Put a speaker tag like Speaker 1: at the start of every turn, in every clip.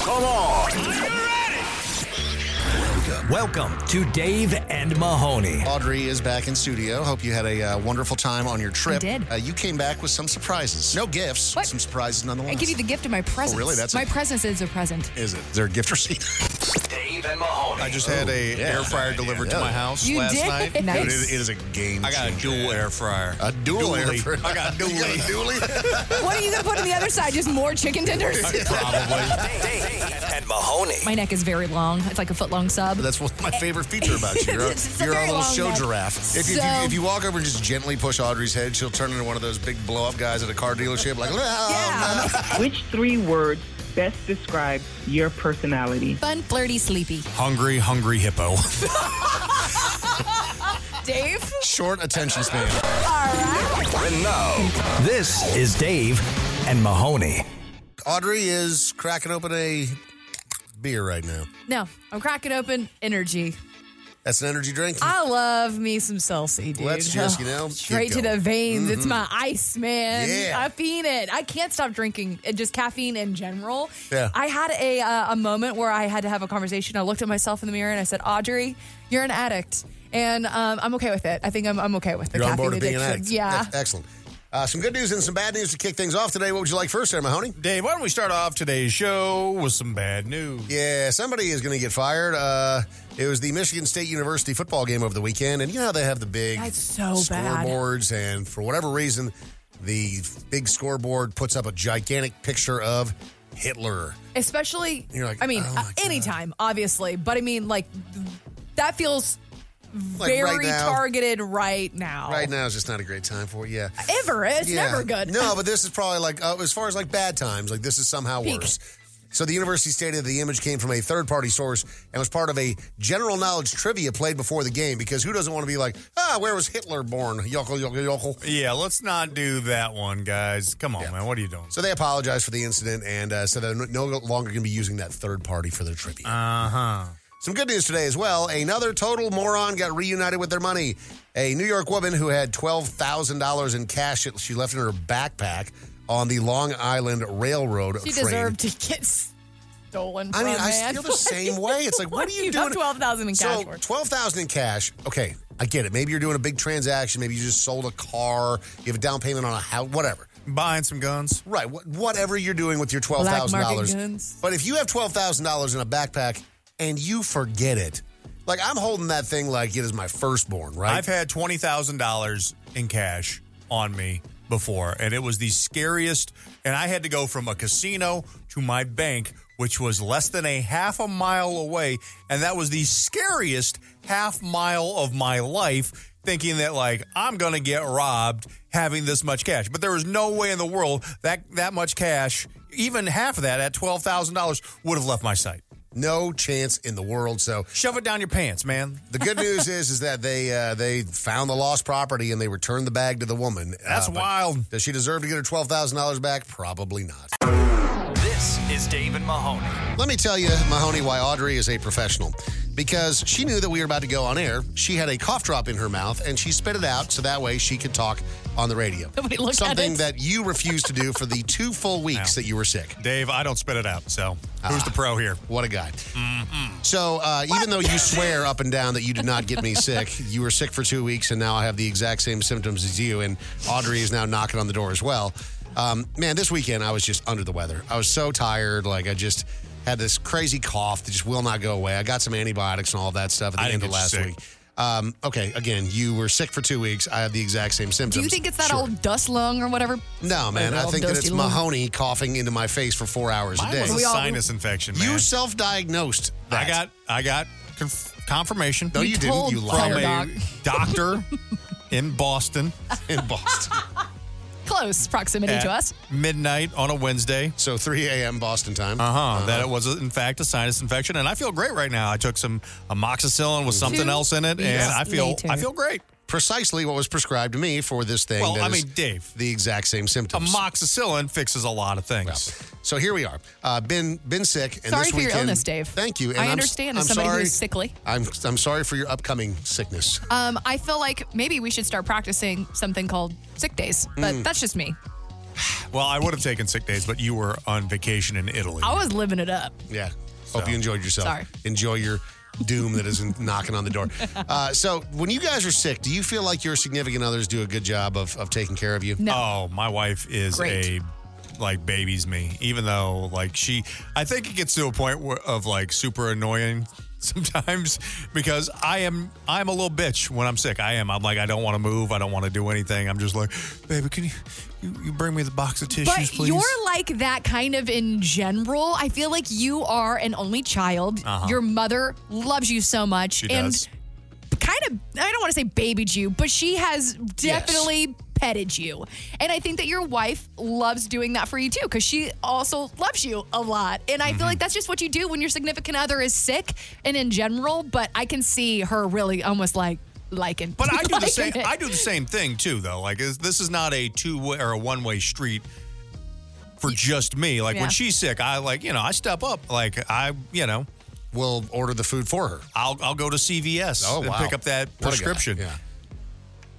Speaker 1: Come on. Welcome to Dave and Mahoney.
Speaker 2: Audrey is back in studio. Hope you had a uh, wonderful time on your trip.
Speaker 3: I did.
Speaker 2: Uh, you came back with some surprises. No gifts.
Speaker 3: What?
Speaker 2: Some surprises nonetheless.
Speaker 3: I give you the gift of my presence.
Speaker 2: really? That's
Speaker 3: my
Speaker 2: a-
Speaker 3: presence is Oh, a present.
Speaker 2: Is it? Is there a gift receipt? Oh,
Speaker 1: Dave and Mahoney.
Speaker 4: I just had a
Speaker 2: yeah.
Speaker 4: air fryer delivered to my house
Speaker 3: You
Speaker 4: last
Speaker 3: did?
Speaker 4: night.
Speaker 3: Nice.
Speaker 4: Dude,
Speaker 2: It is- it is a game
Speaker 4: I got a
Speaker 2: changer.
Speaker 4: dual air fryer.
Speaker 2: A dual
Speaker 4: Dually.
Speaker 2: air fryer.
Speaker 4: I got a
Speaker 2: You got a
Speaker 4: dually.
Speaker 2: dually?
Speaker 3: What are you gonna put on the other side? Just more chicken tenders?
Speaker 4: Probably.
Speaker 1: Dave and Mahoney.
Speaker 3: my neck is very long. It's like a foot long sub.
Speaker 2: That's one of my favorite feature about you. You're,
Speaker 3: It's just a
Speaker 2: you're
Speaker 3: very
Speaker 2: little
Speaker 3: long
Speaker 2: show
Speaker 3: neck.
Speaker 2: giraffe. If, if,
Speaker 3: So-
Speaker 2: you, if you walk over and just gently push Audrey's head, she'll turn into one of those big blow up guys at a car dealership, like, uh,
Speaker 3: Yeah.
Speaker 5: Which three words best describe your personality?
Speaker 3: Fun, flirty, sleepy.
Speaker 4: Hungry, hungry hippo.
Speaker 3: Dave?
Speaker 2: short attention span.
Speaker 1: And now, this is Dave and Mahoney.
Speaker 2: Audrey is cracking open a beer right now.
Speaker 3: No, I'm cracking open energy.
Speaker 2: That's an energy drink.
Speaker 3: I love me some salsa, dude.
Speaker 2: Let's just, you know, keep
Speaker 3: straight to
Speaker 2: going. Mm-hmm.
Speaker 3: the veins. It's my ice, man.
Speaker 2: Yeah.
Speaker 3: I fiend it. I can't stop drinking, and just caffeine in general.
Speaker 2: Yeah.
Speaker 3: I had a uh, a moment where I had to have a conversation. I looked at myself in the mirror and I said, "Audrey, you're an addict." And um, I'm okay with it. I think I'm, I'm okay with the
Speaker 2: You're on
Speaker 3: caffeine
Speaker 2: board with being
Speaker 3: addiction.
Speaker 2: an addict.
Speaker 3: Yeah.
Speaker 2: Ex- Excellent. Uh, some good news and some bad news to kick things off today. What would you like first, there, Mahoney?
Speaker 4: Dave, why don't we start off today's show with some bad news?
Speaker 2: Yeah, somebody is going to get fired. Uh, it was the Michigan State University football game over the weekend, and you know how they have the big
Speaker 3: That's so bad.
Speaker 2: scoreboards, and for whatever reason, the big scoreboard puts up a gigantic picture of Hitler.
Speaker 3: Especially,
Speaker 2: You're like,
Speaker 3: I mean, uh,
Speaker 2: "Oh my God."
Speaker 3: anytime, obviously. But I mean, like, th- that feels
Speaker 2: Like
Speaker 3: very
Speaker 2: right now,
Speaker 3: targeted right now.
Speaker 2: right now is just not a great time for it. Yeah,
Speaker 3: Ever. It's
Speaker 2: Yeah.
Speaker 3: never good.
Speaker 2: No, but this is probably like uh, as far as like bad times, like this is somehow
Speaker 3: Peak.
Speaker 2: worse. So the university stated the image came from a third party source and was part of a general knowledge trivia played before the game because who doesn't want to be like, ah, where was Hitler born? Yokel, yokel, yokel.
Speaker 4: Yeah, let's not do that one, guys. Come on, man. What are you doing?
Speaker 2: So they apologized for the incident and uh, said they're no- no longer going to be using that third party for their trivia.
Speaker 4: Uh huh.
Speaker 2: Some good news today as well. Another total moron got reunited with their money. A New York woman who had $12,000 in cash that she left in her backpack on the Long Island Railroad
Speaker 3: She
Speaker 2: train.
Speaker 3: deserved to get stolen.
Speaker 2: I mean,
Speaker 3: from,
Speaker 2: I
Speaker 3: man.
Speaker 2: feel the same way. It's like, what are you
Speaker 3: You
Speaker 2: doing?
Speaker 3: got 12,000 in
Speaker 2: So
Speaker 3: cash worth.
Speaker 2: 12,000 in cash. Okay, I get it. Maybe you're doing a big transaction. Maybe you just sold a car. You have a down payment on a house, whatever.
Speaker 4: Buying some guns.
Speaker 2: Right, wh- whatever you're doing with your
Speaker 3: market
Speaker 2: $12,000.
Speaker 3: guns.
Speaker 2: But if you have $12,000 in a backpack and you forget it, like I'm holding that thing like it is my firstborn, right?
Speaker 4: I've had twenty thousand dollars in cash on me before, and it was the scariest. And I had to go from a casino to my bank, which was less than a half a mile away, and that was the scariest half mile of my life. Thinking that like I'm gonna get robbed having this much cash, but there was no way in the world that that much cash, even half of that at twelve thousand dollars, would have left my sight.
Speaker 2: no chance in the world. So
Speaker 4: Shove it down your pants, man.
Speaker 2: the good news is is that they uh, they found the lost property and they returned the bag to the woman.
Speaker 4: That's
Speaker 2: Uh, but
Speaker 4: wild.
Speaker 2: Does she deserve to get her $12,000 back? Probably not.
Speaker 1: This is Dave and Mahoney.
Speaker 2: Let me tell you, Mahoney, why Audrey is a professional. Because she knew that we were about to go on air. She had a cough drop in her mouth and she spit it out so that way she could talk on the radio.
Speaker 3: Nobody looked at
Speaker 2: Something
Speaker 3: it.
Speaker 2: that you refused to do for the two full weeks that you were sick.
Speaker 4: Dave, I don't spit it out. So who's
Speaker 2: Ah.
Speaker 4: the pro here?
Speaker 2: What a guy.
Speaker 4: Mm-hmm.
Speaker 2: So, uh, even though you swear up and down that you did not get me sick, you were sick for two weeks, and now I have the exact same symptoms as you, and Audrey is now knocking on the door as well. Um, man, this weekend I was just under the weather. I was so tired. Like, I just had this crazy cough that just will not go away. I got some antibiotics and all that stuff at the
Speaker 4: I didn't
Speaker 2: end of
Speaker 4: get you
Speaker 2: last
Speaker 4: sick.
Speaker 2: week. Um, okay, again, you were sick for two weeks. I have the exact same symptoms.
Speaker 3: Do you think it's that
Speaker 2: Sure.
Speaker 3: old dust lung or whatever?
Speaker 2: No, man.
Speaker 3: that
Speaker 2: I
Speaker 3: old
Speaker 2: think that it's
Speaker 3: dusty lung?
Speaker 2: Mahoney coughing into my face for four hours a
Speaker 4: Mine
Speaker 2: day.
Speaker 4: was a
Speaker 3: We all-
Speaker 4: sinus infection, man.
Speaker 2: You self-diagnosed. That.
Speaker 4: I got I got conf- confirmation.
Speaker 2: No, you, didn't.
Speaker 3: told
Speaker 2: You
Speaker 3: from
Speaker 2: lied
Speaker 4: from a
Speaker 3: Doc.
Speaker 4: doctor in Boston.
Speaker 2: in Boston.
Speaker 3: Close proximity
Speaker 4: at
Speaker 3: to us.
Speaker 4: midnight on a Wednesday.
Speaker 2: So 3 a.m. Boston time.
Speaker 4: Uh huh. That it was in fact a sinus infection, and I feel great right now. I took some amoxicillin with something
Speaker 6: Two
Speaker 4: else in it, and
Speaker 6: weeks
Speaker 4: I feel
Speaker 6: later.
Speaker 4: I feel great.
Speaker 2: Precisely what was prescribed to me for this thing.
Speaker 4: Well,
Speaker 2: that
Speaker 4: I
Speaker 2: is
Speaker 4: mean, Dave.
Speaker 2: The exact same symptoms.
Speaker 4: Amoxicillin fixes a lot of things.
Speaker 2: so here we are. Uh, been been sick. And
Speaker 3: Sorry
Speaker 2: this
Speaker 3: for your
Speaker 2: weekend-
Speaker 3: illness, Dave.
Speaker 2: Thank you. And
Speaker 3: I
Speaker 2: I'm s-
Speaker 3: understand as
Speaker 2: I'm
Speaker 3: somebody
Speaker 2: sorry-
Speaker 3: who's sickly.
Speaker 2: I'm I'm sorry for your upcoming sickness.
Speaker 3: Um, I feel like maybe we should start practicing something called sick days, but
Speaker 2: Mm.
Speaker 3: that's just me.
Speaker 4: Well, I would have taken sick days, but you were on vacation in Italy.
Speaker 3: I was living it up.
Speaker 2: Yeah. Hope you enjoyed yourself.
Speaker 3: Sorry.
Speaker 2: Enjoy your doom that is knocking on the door. Uh, so, when you guys are sick, do you feel like your significant others do a good job of, of taking care of you?
Speaker 4: Oh, my wife is
Speaker 3: Great.
Speaker 4: a like babies me. Even though like she, I think it gets to a point where, of like super annoying sometimes because I am I'm a little bitch when I'm sick. I am. I'm like I don't want to move. I don't want to do anything. I'm just like, baby, can you you, you bring me the box of tissues,
Speaker 3: But
Speaker 4: please?
Speaker 3: you're like that kind of in general. I feel like you are an only child. Your mother loves you so much
Speaker 4: Uh-huh. she
Speaker 3: and
Speaker 4: does.
Speaker 3: kind of, I don't want to say babied you, but she has definitely petted you. And I think that your wife loves doing that for you too, because she also loves you a lot. And I feel
Speaker 4: Mm-hmm.
Speaker 3: like that's just what you do when your significant other is sick and in general. But I can see her really almost like liking.
Speaker 4: But I do the
Speaker 3: liking
Speaker 4: same.
Speaker 3: it.
Speaker 4: I do the same thing too, though. Like is, this is not a two way or a one way street for just me. Like
Speaker 3: Yeah.
Speaker 4: when she's sick, I like you know I step up. Like I you know
Speaker 2: We'll order the food for her.
Speaker 4: I'll I'll go to CVS
Speaker 2: Oh,
Speaker 4: and
Speaker 2: wow.
Speaker 4: pick up that
Speaker 2: What a guy.
Speaker 4: prescription.
Speaker 2: Yeah.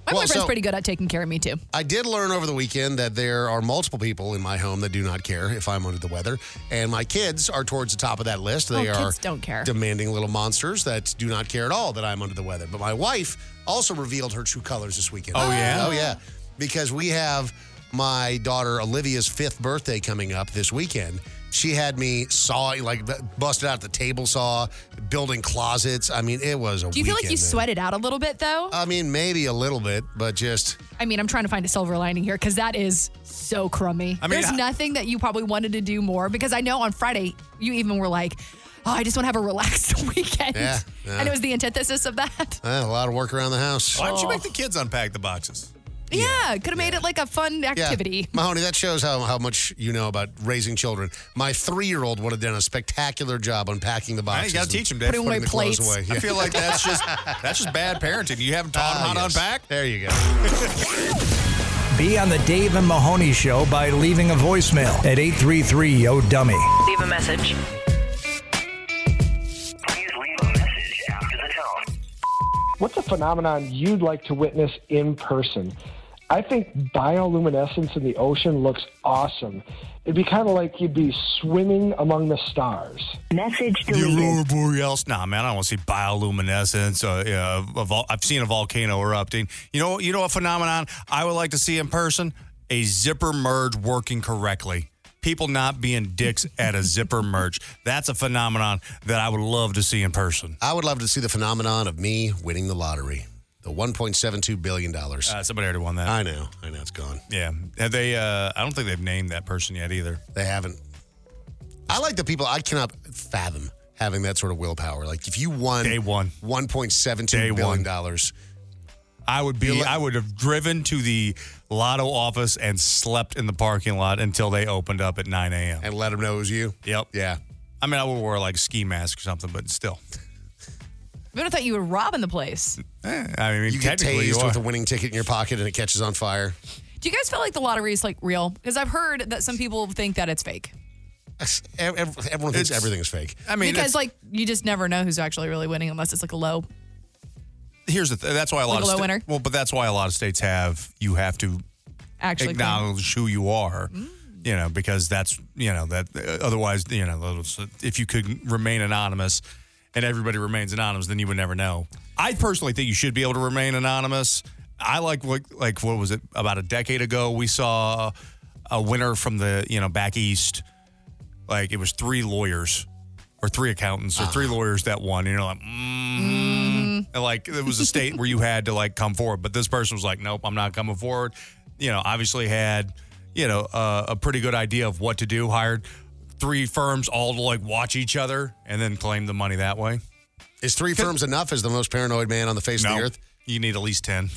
Speaker 3: My
Speaker 2: Well,
Speaker 3: boyfriend's
Speaker 2: so-
Speaker 3: pretty good at taking care of me too.
Speaker 2: I did learn over the weekend that there are multiple people in my home that do not care if I'm under the weather, and my kids are towards the top of that list. They
Speaker 3: Oh,
Speaker 2: are
Speaker 3: kids don't care.
Speaker 2: demanding little monsters that do not care at all that I'm under the weather. But my wife also revealed her true colors this weekend.
Speaker 4: Oh, yeah?
Speaker 2: oh yeah, because we have my daughter Olivia's fifth birthday coming up this weekend. She had me sawing, like b- busted out the table saw, building closets. I mean, it was a.
Speaker 3: Do you feel like you
Speaker 2: weekend, man.
Speaker 3: sweat it out a little bit though?
Speaker 2: I mean, maybe a little bit, but just.
Speaker 3: I mean, I'm trying to find a silver lining here because that is so crummy.
Speaker 4: mean,
Speaker 3: There's
Speaker 4: I-
Speaker 3: nothing that you probably wanted to do more because I know on Friday you even were like, "Oh, I just want to have a relaxed weekend,"
Speaker 2: Yeah, yeah.
Speaker 3: and it was the antithesis of that.
Speaker 2: eh, a lot of work around the house.
Speaker 4: Why don't you make the kids unpack the boxes?
Speaker 3: Yeah, could have made it like a fun activity.
Speaker 2: Mahoney, that shows how, how much you know about raising children. My three year old would have done a spectacular job unpacking the
Speaker 4: I
Speaker 2: boxes.
Speaker 4: you gotta
Speaker 2: and
Speaker 4: teach them, Dave.
Speaker 3: Put away
Speaker 2: putting the clothes
Speaker 3: plates.
Speaker 2: away.
Speaker 4: I
Speaker 2: Yeah.
Speaker 4: feel like that's just that's just bad parenting. You haven't taught
Speaker 2: Ah,
Speaker 4: them how
Speaker 2: yes.
Speaker 4: to unpack.
Speaker 2: There you go.
Speaker 1: Be on the Dave and Mahoney Show by leaving a voicemail at 833 Yo Dummy.
Speaker 7: Leave a message.
Speaker 8: Please leave a message after the tone.
Speaker 9: What's a phenomenon you'd like to witness in person? I think bioluminescence in the ocean looks awesome. It'd be kind of like you'd be swimming among the stars.
Speaker 10: Message
Speaker 4: The aurora borealis. Nah, man, I don't want to see bioluminescence. Uh, yeah, a vol- I've seen a volcano erupting. You know, you know what phenomenon I would like to see in person? A zipper merge working correctly. People not being dicks at a zipper merge. That's a phenomenon that I would love to see in person.
Speaker 2: I would love to see the phenomenon of me winning the lottery, the $1.72 billion.
Speaker 4: Uh, somebody already won that.
Speaker 2: I know. I know it's gone.
Speaker 4: yeah, have they? Uh, I don't think they've named that person yet either.
Speaker 2: They haven't. I like the people I cannot fathom having that sort of willpower. Like if you won
Speaker 4: Day one. Day
Speaker 2: $1.72
Speaker 4: one.
Speaker 2: billion dollars.
Speaker 4: I would be. I would have driven to the lotto office and slept in the parking lot until they opened up at 9 a.m.
Speaker 2: and let them know it was you.
Speaker 4: Yep.
Speaker 2: Yeah.
Speaker 4: I mean, I would wear like a ski mask or something, but still.
Speaker 3: We would have thought you were robbing the place.
Speaker 4: Eh, I mean,
Speaker 2: You get
Speaker 4: technically, you
Speaker 2: tased
Speaker 4: are.
Speaker 2: with a winning ticket in your pocket and it catches on fire.
Speaker 3: Do you guys feel like the lottery is like real? Because I've heard that some people think that it's fake.
Speaker 2: Ev- ev- Everyone
Speaker 4: It's-
Speaker 2: thinks everything is fake.
Speaker 4: I mean, it's-
Speaker 3: because like you just never know who's actually really winning unless it's like a low.
Speaker 4: here's the th- that's why a lot
Speaker 3: Like a
Speaker 4: of
Speaker 3: low
Speaker 4: sta-
Speaker 3: winner?
Speaker 4: well, but that's why a lot of states have you have to
Speaker 3: Actually,
Speaker 4: acknowledge who you are. You know, because that's you know that uh, otherwise you know those- if you could remain anonymous and everybody remains anonymous, then you would never know. I personally think you should be able to remain anonymous. I like what like what was it about a decade ago we saw a winner from the you know back east, like it was three lawyers or three accountants or three lawyers that won. And you're like, mm-hmm. and like it was a state where you had to like come forward but this person was like nope i'm not coming forward you know obviously had you know uh, a pretty good idea of what to do hired three firms all to like watch each other and then claim the money that way
Speaker 2: Is three firms enough as the most paranoid man on the face of the earth?
Speaker 4: you need at least 10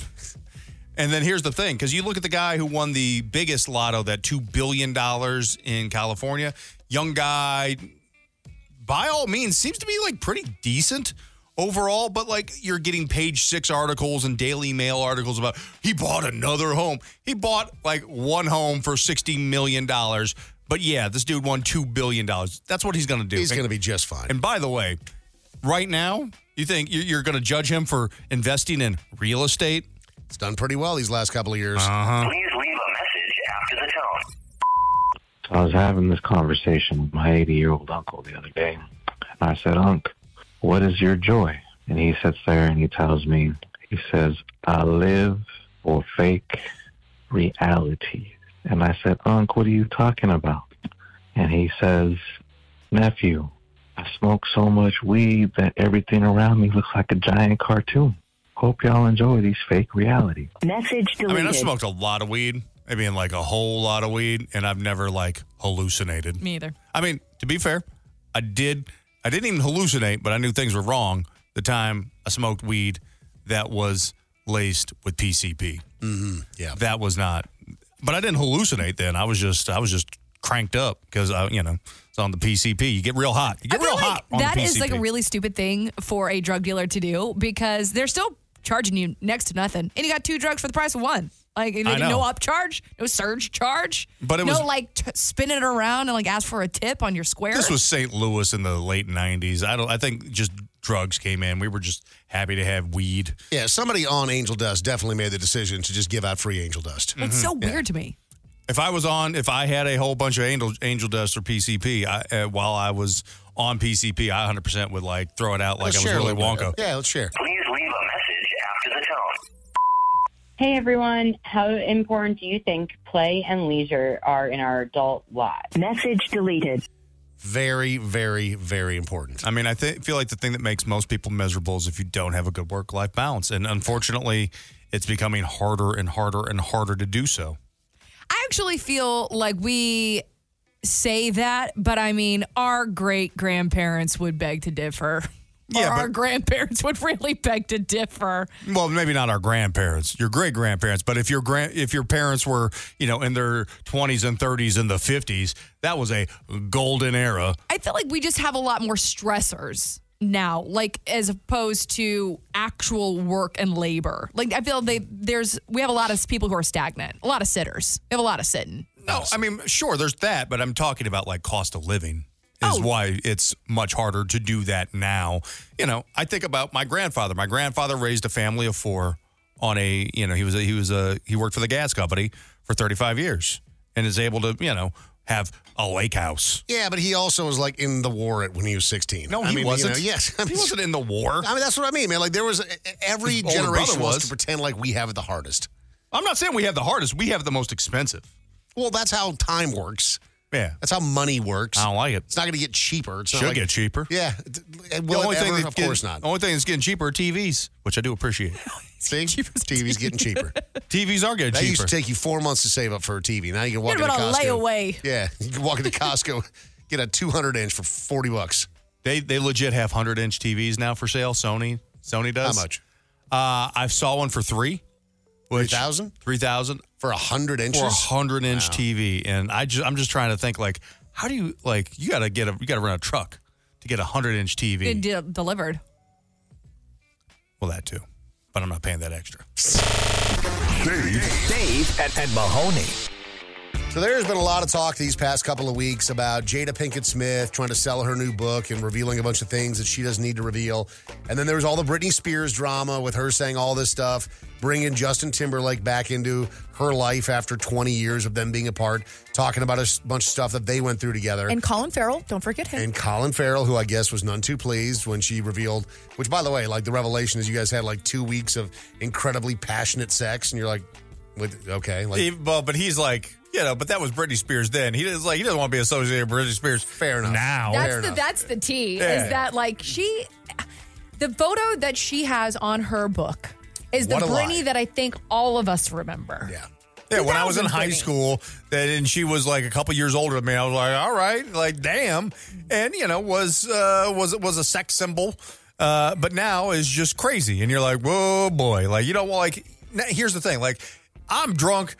Speaker 11: And then here's the thing because you look at the guy who won the biggest lotto, that $2 billion in California, young guy, by all means, seems to be like pretty decent overall, but like you're getting page six articles and Daily Mail articles about he bought another home. He bought like one home for $60 million. But yeah, this dude won $2 billion. That's what he's going to do.
Speaker 2: He's going to be just fine.
Speaker 11: And by the way, right now, you think you're, you're going to judge him for investing in real estate?
Speaker 2: It's done pretty well these last couple of years.
Speaker 4: Uh-huh.
Speaker 8: Please leave a message after the tone.
Speaker 12: I was having this conversation with my 80 year old uncle the other day. And I said, Unc, what is your joy? And he sits there and he tells me, he says, I live for fake reality. And I said, Unc, what are you talking about? And he says, Nephew, I smoke so much weed that everything around me looks like a giant cartoon. Hope y'all enjoy these fake realities.
Speaker 5: Message
Speaker 4: I mean, I've
Speaker 5: deleted.
Speaker 4: smoked a lot of weed. I mean, like a whole lot of weed, and I've never like hallucinated.
Speaker 13: Me either.
Speaker 4: I mean, to be fair, I did. I didn't even hallucinate, but I knew things were wrong the time I smoked weed that was laced with PCP.
Speaker 2: Yeah.
Speaker 4: That was not. But I didn't hallucinate then. I was just. I was just cranked up because I, you know, it's on the PCP. You get real hot. You
Speaker 3: I
Speaker 4: get
Speaker 3: feel
Speaker 4: real
Speaker 3: like
Speaker 4: hot. on the
Speaker 3: that is like a
Speaker 4: PCP.
Speaker 3: really stupid thing for a drug dealer to do because they're still charging you next to nothing, and you got two drugs for the price of one. Like and
Speaker 4: I
Speaker 3: they did
Speaker 4: know.
Speaker 3: no upcharge, no surge charge,
Speaker 4: But it
Speaker 3: no
Speaker 4: was-
Speaker 3: like t- spin it around and like ask for a tip on your square.
Speaker 4: This was St. Louis in the late '90s. I don't. I think just drugs came in. We were just happy to have weed.
Speaker 2: Yeah, somebody on Angel Dust definitely made the decision to just give out free Angel
Speaker 4: Mm.
Speaker 2: Dust.
Speaker 3: it's
Speaker 4: Mm-hmm.
Speaker 3: so weird to me.
Speaker 4: If I was on, if I had a whole bunch of angel angel dust or PCP, I, uh, while I was on PCP, I 100 percent would like throw it out like
Speaker 2: Let's
Speaker 4: I was
Speaker 2: share a
Speaker 4: really
Speaker 2: little
Speaker 4: Wonka.
Speaker 2: bit. Oh, Yeah, let's share.
Speaker 8: Please leave a message after the tone.
Speaker 14: Hey everyone, how important do you think play and leisure are in our adult lives?
Speaker 5: Message deleted.
Speaker 2: Very, very, very important.
Speaker 4: I mean, I th- feel like the thing that makes most people miserable is if you don't have a good work life balance, and unfortunately, it's becoming harder and harder and harder to do so.
Speaker 3: I actually feel like we say that, but I mean, our great grandparents would beg to differ.
Speaker 4: Yeah,
Speaker 3: or
Speaker 4: but-
Speaker 3: our grandparents would really beg to differ.
Speaker 4: Well, maybe not our grandparents, your great grandparents, but if your grand if your parents were you know in their 20s and 30s and the 50s, that was a golden era.
Speaker 3: I feel like we just have a lot more stressors now, like as opposed to actual work and labor. Like I feel they there's we have a lot of people who are stagnant, a lot of sitters. We have a lot of sitting.
Speaker 4: No, I mean, sure, there's that, but I'm talking about like cost of living is
Speaker 3: Oh.
Speaker 4: why it's much harder to do that now. You know, I think about my grandfather. My grandfather raised a family of four on a, you know, he was a, he was a he worked for the gas company for 35 years and is able to, you know, have a lake house.
Speaker 2: Yeah, but he also was like in the war at when he was 16.
Speaker 4: No, he
Speaker 2: I mean, you
Speaker 4: wasn't.
Speaker 2: know, yes. I
Speaker 4: he
Speaker 2: mean,
Speaker 4: wasn't in the war.
Speaker 2: I mean, that's what I mean, man. Like, there was e, every
Speaker 4: His older
Speaker 2: generation
Speaker 4: brother
Speaker 2: wants
Speaker 4: was.
Speaker 2: to pretend like we have it the hardest.
Speaker 4: I'm not saying we have the hardest, we have the most expensive.
Speaker 2: Well, that's how time works.
Speaker 4: Yeah.
Speaker 2: That's how money works.
Speaker 4: I don't like it.
Speaker 2: It's not going to get cheaper. It's not
Speaker 4: Should
Speaker 2: like-
Speaker 4: get cheaper.
Speaker 2: Yeah. d- Will it ever?
Speaker 4: that's
Speaker 2: Of
Speaker 4: getting-
Speaker 2: course not.
Speaker 4: Only thing that's getting cheaper are TVs, which I do appreciate.
Speaker 2: See? TV's getting cheaper.
Speaker 4: TVs are getting
Speaker 2: That
Speaker 4: cheaper.
Speaker 2: used to take you four months to save up for a TV. Now you can walk
Speaker 3: What
Speaker 2: into
Speaker 3: about a
Speaker 2: Costco.
Speaker 3: layaway?
Speaker 2: Yeah, you can walk into Costco, get a 200 inch for 40 bucks.
Speaker 4: They they legit have hundred inch TVs now for sale. Sony Sony does
Speaker 2: How much?
Speaker 4: Uh, I saw one for three, which
Speaker 2: 3,000?
Speaker 4: three thousand
Speaker 2: For 100 inches?
Speaker 4: for a hundred inch TV, and I just I'm just trying to think like how do you like you gotta get a you gotta rent a truck to get a hundred inch TV.
Speaker 3: Good deal delivered.
Speaker 4: well, that too, but I'm not paying that extra.
Speaker 15: Dave and, and Mahoney.
Speaker 2: So there's been a lot of talk these past couple of weeks about Jada Pinkett Smith trying to sell her new book and revealing a bunch of things that she doesn't need to reveal. And then there was all the Britney Spears drama with her saying all this stuff, bringing Justin Timberlake back into her life after 20 years of them being apart, talking about a s- bunch of stuff that they went through together.
Speaker 13: And Colin Farrell, don't forget him.
Speaker 2: And Colin Farrell, who I guess was none too pleased when she revealed, which by the way, like the revelation is you guys had like two weeks of incredibly passionate sex, and you're like, what- okay, like
Speaker 4: Even- well, but he's like. You know, but that was Britney Spears then. He is like he doesn't want to be associated with Britney Spears.
Speaker 2: Fair enough.
Speaker 4: Now,
Speaker 2: Fair
Speaker 3: That's the
Speaker 2: enough.
Speaker 3: that's the T
Speaker 4: Yeah.
Speaker 3: is that like she the photo that she has on her book is
Speaker 2: What a
Speaker 3: the
Speaker 2: lie.
Speaker 3: Britney that I think all of us remember.
Speaker 2: yeah.
Speaker 4: Yeah, when I was in
Speaker 3: 2000
Speaker 4: high
Speaker 3: Britney.
Speaker 4: school, that and she was like a couple years older than me. I was like, all right, like damn, and you know was uh, was was a sex symbol, uh, but now is just crazy, and you're like, whoa, boy, like you don't want like now, here's the thing like, I'm drunk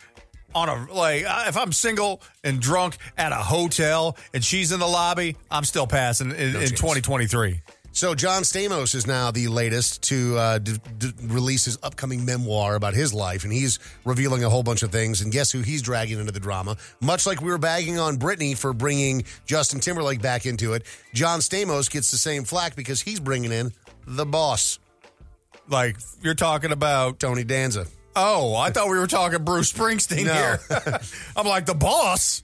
Speaker 4: on a, like, I- if I'm single and drunk at a hotel and she's in the lobby, I'm still passing in, in 2023.
Speaker 2: So John Stamos is now the latest to uh, d- d- release his upcoming memoir about his life, and he's revealing a whole bunch of things. And guess who he's dragging into the drama? Much like we were bagging on Britney for bringing Justin Timberlake back into it, John Stamos gets the same flack because he's bringing in the boss.
Speaker 4: Like you're talking about
Speaker 2: Tony Danza.
Speaker 4: Oh, I thought we were talking Bruce Springsteen here. I'm like, the boss.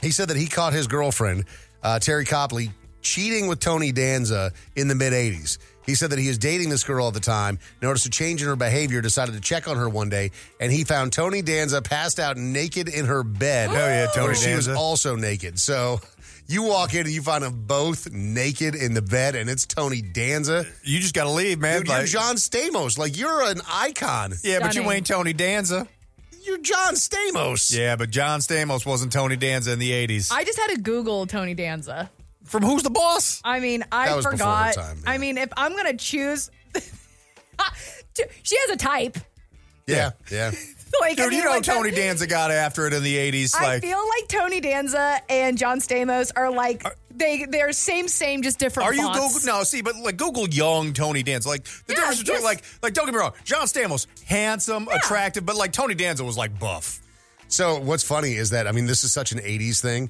Speaker 2: He said that he caught his girlfriend, uh, Terry Copley, cheating with Tony Danza in the mid 80s. He said that he was dating this girl at the time, noticed a change in her behavior, decided to check on her one day, and he found Tony Danza passed out naked in her bed.
Speaker 4: Oh, yeah, Tony
Speaker 2: where She was
Speaker 4: Danza.
Speaker 2: also naked. So you walk in and you find them both naked in the bed, and it's Tony Danza.
Speaker 4: You just got to leave, man.
Speaker 2: Dude, you're
Speaker 4: Like-
Speaker 2: John Stamos. Like, you're an icon.
Speaker 4: Yeah, but you Stunning. ain't Tony Danza.
Speaker 2: You're John Stamos.
Speaker 4: Yeah, but John Stamos wasn't Tony Danza in the 80s.
Speaker 3: I just had to Google Tony Danza.
Speaker 4: From Who's the Boss?
Speaker 3: I mean, I
Speaker 4: That was before
Speaker 3: forgot.
Speaker 4: her time,
Speaker 3: I mean, if I'm going to choose. she has a type.
Speaker 2: Yeah, yeah.
Speaker 3: Like,
Speaker 4: Dude,
Speaker 3: I
Speaker 4: you
Speaker 3: mean,
Speaker 4: know
Speaker 3: like that-
Speaker 4: Tony Danza got after it in the 80s.
Speaker 3: I
Speaker 4: like,
Speaker 3: feel like Tony Danza and John Stamos are like they they're same same just different.
Speaker 4: Are you
Speaker 3: fonts.
Speaker 4: Google? No, see, but like Google young Tony Danza. Like the difference between like like don't get me wrong, John Stamos handsome, attractive, but like Tony Danza was like buff.
Speaker 2: So what's funny is that I mean this is such an '80s thing.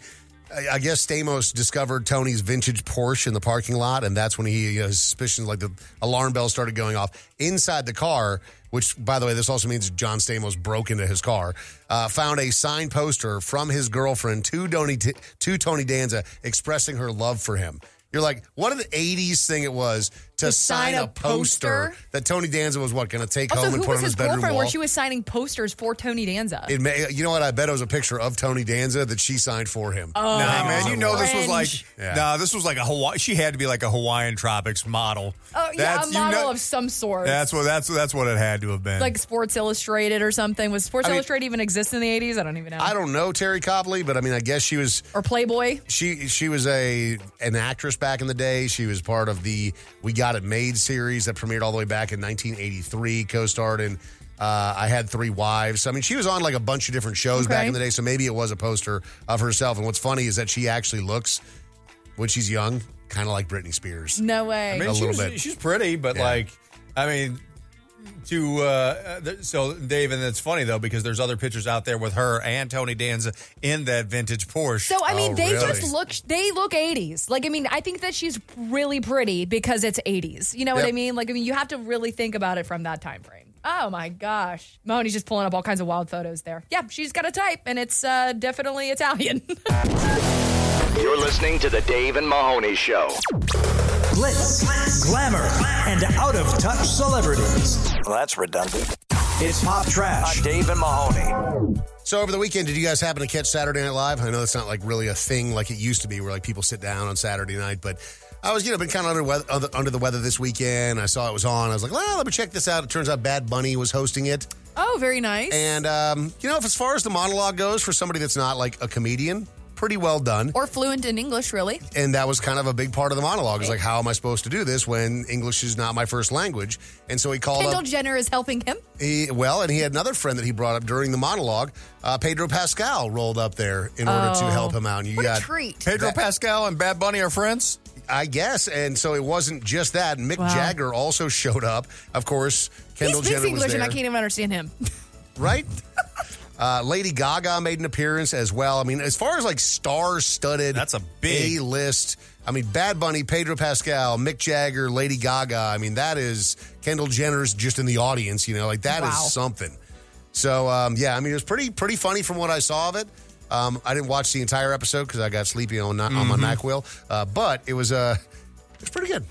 Speaker 2: I I guess Stamos discovered Tony's vintage Porsche in the parking lot, and that's when he you know, his suspicions like the alarm bell started going off inside the car. Which, by the way, this also means John Stamos broke into his car. Uh, found a signed poster from his girlfriend to Tony to Tony Danza expressing her love for him. You're like, what an '80s thing it was to, sign, a poster, that Tony Danza was what going to take
Speaker 3: Also,
Speaker 2: home and
Speaker 3: who
Speaker 2: put
Speaker 3: was
Speaker 2: on
Speaker 3: his
Speaker 2: his bedroom
Speaker 3: girlfriend
Speaker 2: wall.
Speaker 3: where she was signing posters for Tony Danza?
Speaker 2: It may, you know what? I bet it was a picture of Tony Danza that she signed for him.
Speaker 3: Oh,
Speaker 4: nah, man, you know this was like
Speaker 2: Yeah.
Speaker 4: nah, this was like a Hawaii. She had to be like a Hawaiian tropics model.
Speaker 3: oh yeah, a
Speaker 4: you
Speaker 3: model
Speaker 4: know-
Speaker 3: of some sort.
Speaker 4: That's what that's that's what it had to have been.
Speaker 3: like Sports Illustrated or something. Was Sports
Speaker 2: I mean-
Speaker 3: Illustrated even exist in the eighties? I don't even know.
Speaker 2: I don't know Terry Copley, but I mean, I guess she was
Speaker 3: or Playboy.
Speaker 2: She she was a an actress back in the day. She was part of the We Got It Made series that premiered all the way back in 1983. Co-starred in uh, I Had Three Wives. I mean, she was on like a bunch of different shows back
Speaker 14: Okay.
Speaker 2: in the day. So maybe it was a poster of herself. And what's funny is that she actually looks when she's young, kind of like Britney Spears.
Speaker 3: No way.
Speaker 4: I mean,
Speaker 2: a
Speaker 4: she
Speaker 2: little
Speaker 4: was,
Speaker 2: bit.
Speaker 4: She's pretty, but
Speaker 2: Yeah.
Speaker 4: like, I mean, to uh, uh, th- so Dave, and it's funny though because there's other pictures out there with her and Tony Danza in that vintage Porsche.
Speaker 3: So I mean, they just look they look eighties. Like I mean, I think that she's really pretty because it's eighties. You know what
Speaker 4: Yep.
Speaker 3: I mean? Like I mean, you have to really think about it from that time frame. Oh my gosh, Mahoney's just pulling up all kinds of wild photos there. Yeah, she's got a type, and it's uh, definitely Italian.
Speaker 16: You're listening to the Dave and Mahoney Show.
Speaker 1: Glitz, glamour, and out of touch celebrities.
Speaker 16: Well, that's redundant.
Speaker 1: It's pop trash.
Speaker 16: Uh, Dave and Mahoney.
Speaker 2: So over the weekend, did you guys happen to catch Saturday Night Live? I know it's not like really a thing like it used to be, where like people sit down on Saturday night. But I was, you know, been kind of under weather, under, under the weather this weekend. I saw it was on. I was like, well, let me check this out. It turns out Bad Bunny was hosting it,
Speaker 3: oh, very nice.
Speaker 2: and um, you know, if as far as the monologue goes, for somebody that's not like a comedian, pretty well done.
Speaker 3: or fluent in English, really?
Speaker 2: And that was kind of a big part of the monologue. It's like, how am I supposed to do this when English is not my first language? And so he called
Speaker 3: Kendall
Speaker 2: up.
Speaker 3: Jenner is helping him.
Speaker 2: He, well, and he had another friend that he brought up during the monologue. Uh, Pedro Pascal rolled up there in order to
Speaker 4: Oh.
Speaker 2: help him out. And you
Speaker 4: What a
Speaker 2: got
Speaker 4: treat. Pedro Pascal and Bad Bunny are friends.
Speaker 2: I guess, and so it wasn't just that. Mick
Speaker 3: Wow.
Speaker 2: Jagger also showed up. Of course, Kendall
Speaker 3: he speaks
Speaker 2: Jenner
Speaker 3: English,
Speaker 2: was there,
Speaker 3: and I can't even understand him.
Speaker 2: right? Uh, Lady Gaga made an appearance as well. I mean, as far as like star-studded, that's a
Speaker 4: big-
Speaker 2: list. I mean, Bad Bunny, Pedro Pascal, Mick Jagger, Lady Gaga. I mean, that is Kendall Jenner's just in the audience. You know, like that is
Speaker 14: Wow.
Speaker 2: something. So um, yeah, I mean, it was pretty pretty funny from what I saw of it. Um, I didn't watch the entire episode because I got sleepy on, on my Nyquil, uh, but it was uh, it was pretty good.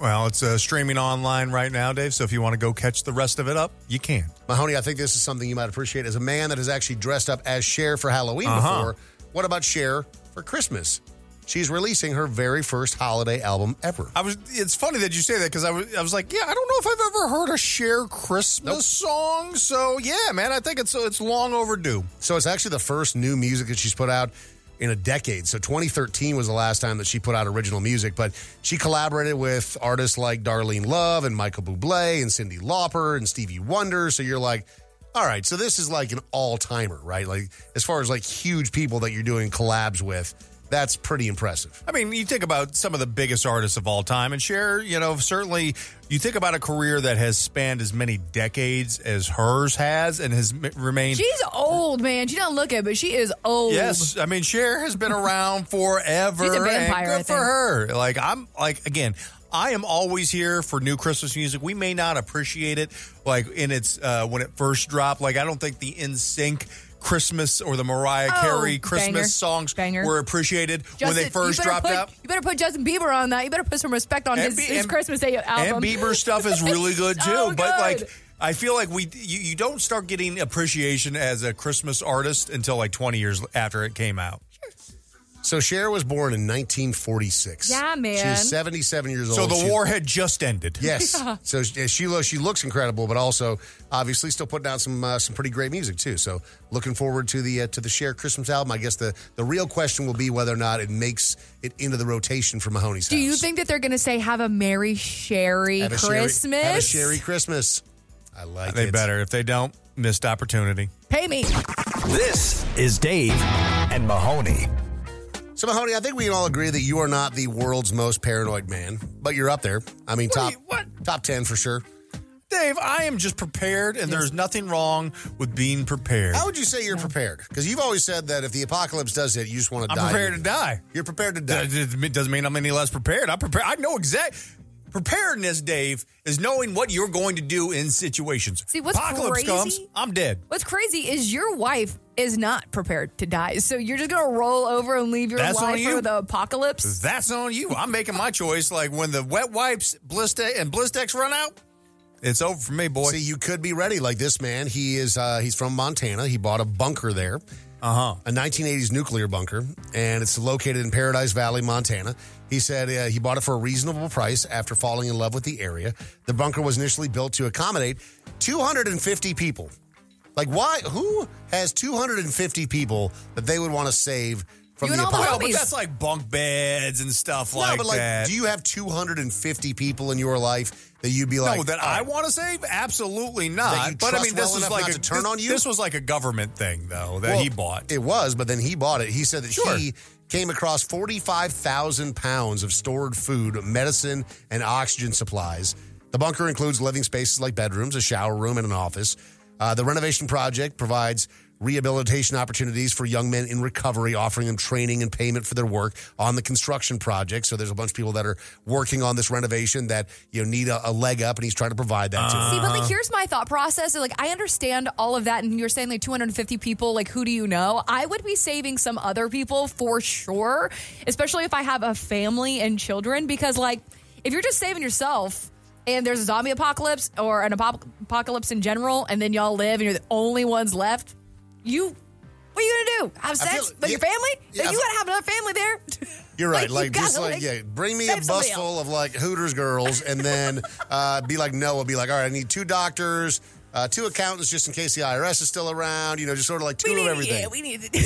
Speaker 4: Well, it's uh, streaming online right now, Dave. So if you want to go catch the rest of it up, you can.
Speaker 2: Mahoney, I think this is something you might appreciate. As a man that has actually dressed up as Cher for Halloween
Speaker 4: Uh-huh.
Speaker 2: before, what about Cher for Christmas? She's releasing her very first holiday album ever.
Speaker 4: I was. It's funny that you say that because I was. I was like, yeah, I don't know if I've ever heard a Cher Christmas song. So yeah, man, I think it's it's long overdue.
Speaker 2: So it's actually the first new music that she's put out in a decade. So 2013 was the last time that she put out original music, but she collaborated with artists like Darlene Love and Michael Bublé and Cindy Lauper and Stevie Wonder. So you're like, All right, so this is like an all timer, right? Like as far as like huge people that you're doing collabs with, that's pretty impressive.
Speaker 4: I mean, you think about some of the biggest artists of all time, and Cher, you know, certainly you think about a career that has spanned as many decades as hers has and has m- remained.
Speaker 3: She's old, man. She do not look it, but she is old.
Speaker 4: Yes, I mean Cher has been around forever.
Speaker 3: She's a
Speaker 4: and
Speaker 3: vampire,
Speaker 4: good
Speaker 3: I
Speaker 4: for
Speaker 3: think.
Speaker 4: her. Like I'm like again, I am always here for new Christmas music. We may not appreciate it like in its uh, when it first dropped. Like I don't think the In Sync Christmas or the Mariah
Speaker 3: Oh,
Speaker 4: Carey
Speaker 3: banger,
Speaker 4: Christmas songs
Speaker 3: banger.
Speaker 4: were appreciated when
Speaker 3: Justin-
Speaker 4: they
Speaker 3: you
Speaker 4: first
Speaker 3: better
Speaker 4: dropped
Speaker 3: put-
Speaker 4: out.
Speaker 3: You better put Justin Bieber on that. You better put some respect on
Speaker 4: And
Speaker 3: his,
Speaker 4: Bie-
Speaker 3: his
Speaker 4: and-
Speaker 3: Christmas Day album.
Speaker 4: And Bieber stuff is really good too.
Speaker 3: so
Speaker 4: But like
Speaker 3: good.
Speaker 4: I feel like we you, you don't start getting appreciation as a Christmas artist until like 20 years after it came out.
Speaker 2: So Cher was born in 1946.
Speaker 3: Yeah, man.
Speaker 2: She's 77 years
Speaker 4: So
Speaker 2: old.
Speaker 4: the
Speaker 2: She-
Speaker 4: war had just ended.
Speaker 2: Yes.
Speaker 3: Yeah.
Speaker 2: So she, she looks she looks incredible, but also obviously still putting out some uh, some pretty great music too. So looking forward to the uh, to the Cher Christmas album. I guess the the real question will be whether or not it makes it into the rotation for Mahoney's
Speaker 3: Do
Speaker 2: house.
Speaker 3: you think that they're going to say have a Merry Sherry
Speaker 2: Have a Sherry-
Speaker 3: Christmas?
Speaker 2: have a Sherry Christmas. I like
Speaker 4: They
Speaker 2: it.
Speaker 4: better if they don't missed opportunity.
Speaker 3: Pay me.
Speaker 1: This is Dave and Mahoney.
Speaker 2: So Mahoney, I think we can all agree that you are not the world's most paranoid man, but you're up there. I mean, top top ten for sure.
Speaker 4: Dave, I am just prepared and there's nothing wrong with being prepared.
Speaker 2: How would you say you're prepared? Because you've always said that if the apocalypse does hit, you just want to
Speaker 4: I'm
Speaker 2: die.
Speaker 4: prepared to die.
Speaker 2: You're prepared to die.
Speaker 4: It doesn't mean I'm any less prepared. I'm prepared. I know exact preparedness, Dave, is knowing what you're going to do in situations.
Speaker 3: See, what's
Speaker 4: Apocalypse
Speaker 3: crazy-
Speaker 4: comes, I'm dead.
Speaker 3: What's crazy is your wife is not prepared to die, so you're just going to roll over and leave your
Speaker 4: That's on
Speaker 3: life
Speaker 4: you.
Speaker 3: for the apocalypse.
Speaker 4: That's on you. I'm making my choice. Like when the wet wipes, Blista and Blistex run out, it's over for me, boy.
Speaker 2: See, you could be ready like this man. He is. Uh, he's from Montana. He bought a bunker there.
Speaker 4: Uh huh.
Speaker 2: A 1980s nuclear bunker, and it's located in Paradise Valley, Montana. He said uh, he bought it for a reasonable price after falling in love with the area. The bunker was initially built to accommodate 250 people. Like, why? Who has 250 people that they would want to save from
Speaker 3: You and
Speaker 2: the
Speaker 3: all the
Speaker 2: apocalypse?
Speaker 4: But that's like bunk beds and stuff
Speaker 2: No,
Speaker 4: like
Speaker 2: but like,
Speaker 4: that.
Speaker 2: do you have 250 people in your life that you'd be like, "Oh,
Speaker 4: no, that I want to save? Absolutely
Speaker 2: That you
Speaker 4: not. But I
Speaker 2: trust
Speaker 4: mean,
Speaker 2: well
Speaker 4: this was
Speaker 2: enough
Speaker 4: like
Speaker 2: not
Speaker 4: a
Speaker 2: to turn
Speaker 4: this-
Speaker 2: on you?
Speaker 4: This was like a government thing, though, that
Speaker 2: Well,
Speaker 4: he bought.
Speaker 2: It was, but then he bought it. He said that
Speaker 4: Sure.
Speaker 2: he came across 45,000 pounds of stored food, medicine, and oxygen supplies. The bunker includes living spaces like bedrooms, a shower room, and an office. Uh, the renovation project provides rehabilitation opportunities for young men in recovery, offering them training and payment for their work on the construction project. So there's a bunch of people that are working on this renovation that you know need a, a leg up, and he's trying to provide that
Speaker 4: Ah.
Speaker 2: to
Speaker 3: See,
Speaker 2: them.
Speaker 3: but like, here's my thought process. Like, I understand all of that, and you're saying like 250 people. Like, who do you know? I would be saving some other people for sure, especially if I have a family and children. Because like, if you're just saving yourself, and there's a zombie apocalypse or an apo- apocalypse in general, and then y'all live, and you're the only ones left, you. What are you gonna do? Have
Speaker 2: I
Speaker 3: sex
Speaker 2: feel-
Speaker 3: with your
Speaker 2: yeah,
Speaker 3: family?
Speaker 2: yeah, I
Speaker 3: you
Speaker 2: feel-
Speaker 3: gotta have another family there.
Speaker 2: You're right.
Speaker 3: Like,
Speaker 2: Like,
Speaker 3: you
Speaker 2: just
Speaker 3: gotta,
Speaker 2: like,
Speaker 3: like,
Speaker 2: yeah, bring me a
Speaker 3: save somebody
Speaker 2: bus full of like Hooters girls and then uh, be like Noah, be like, all right, I need two doctors, uh, two accountants just in case the IRS is still around, you know, just sort of like two
Speaker 3: we
Speaker 2: of
Speaker 3: need,
Speaker 2: everything.
Speaker 3: yeah, we need. we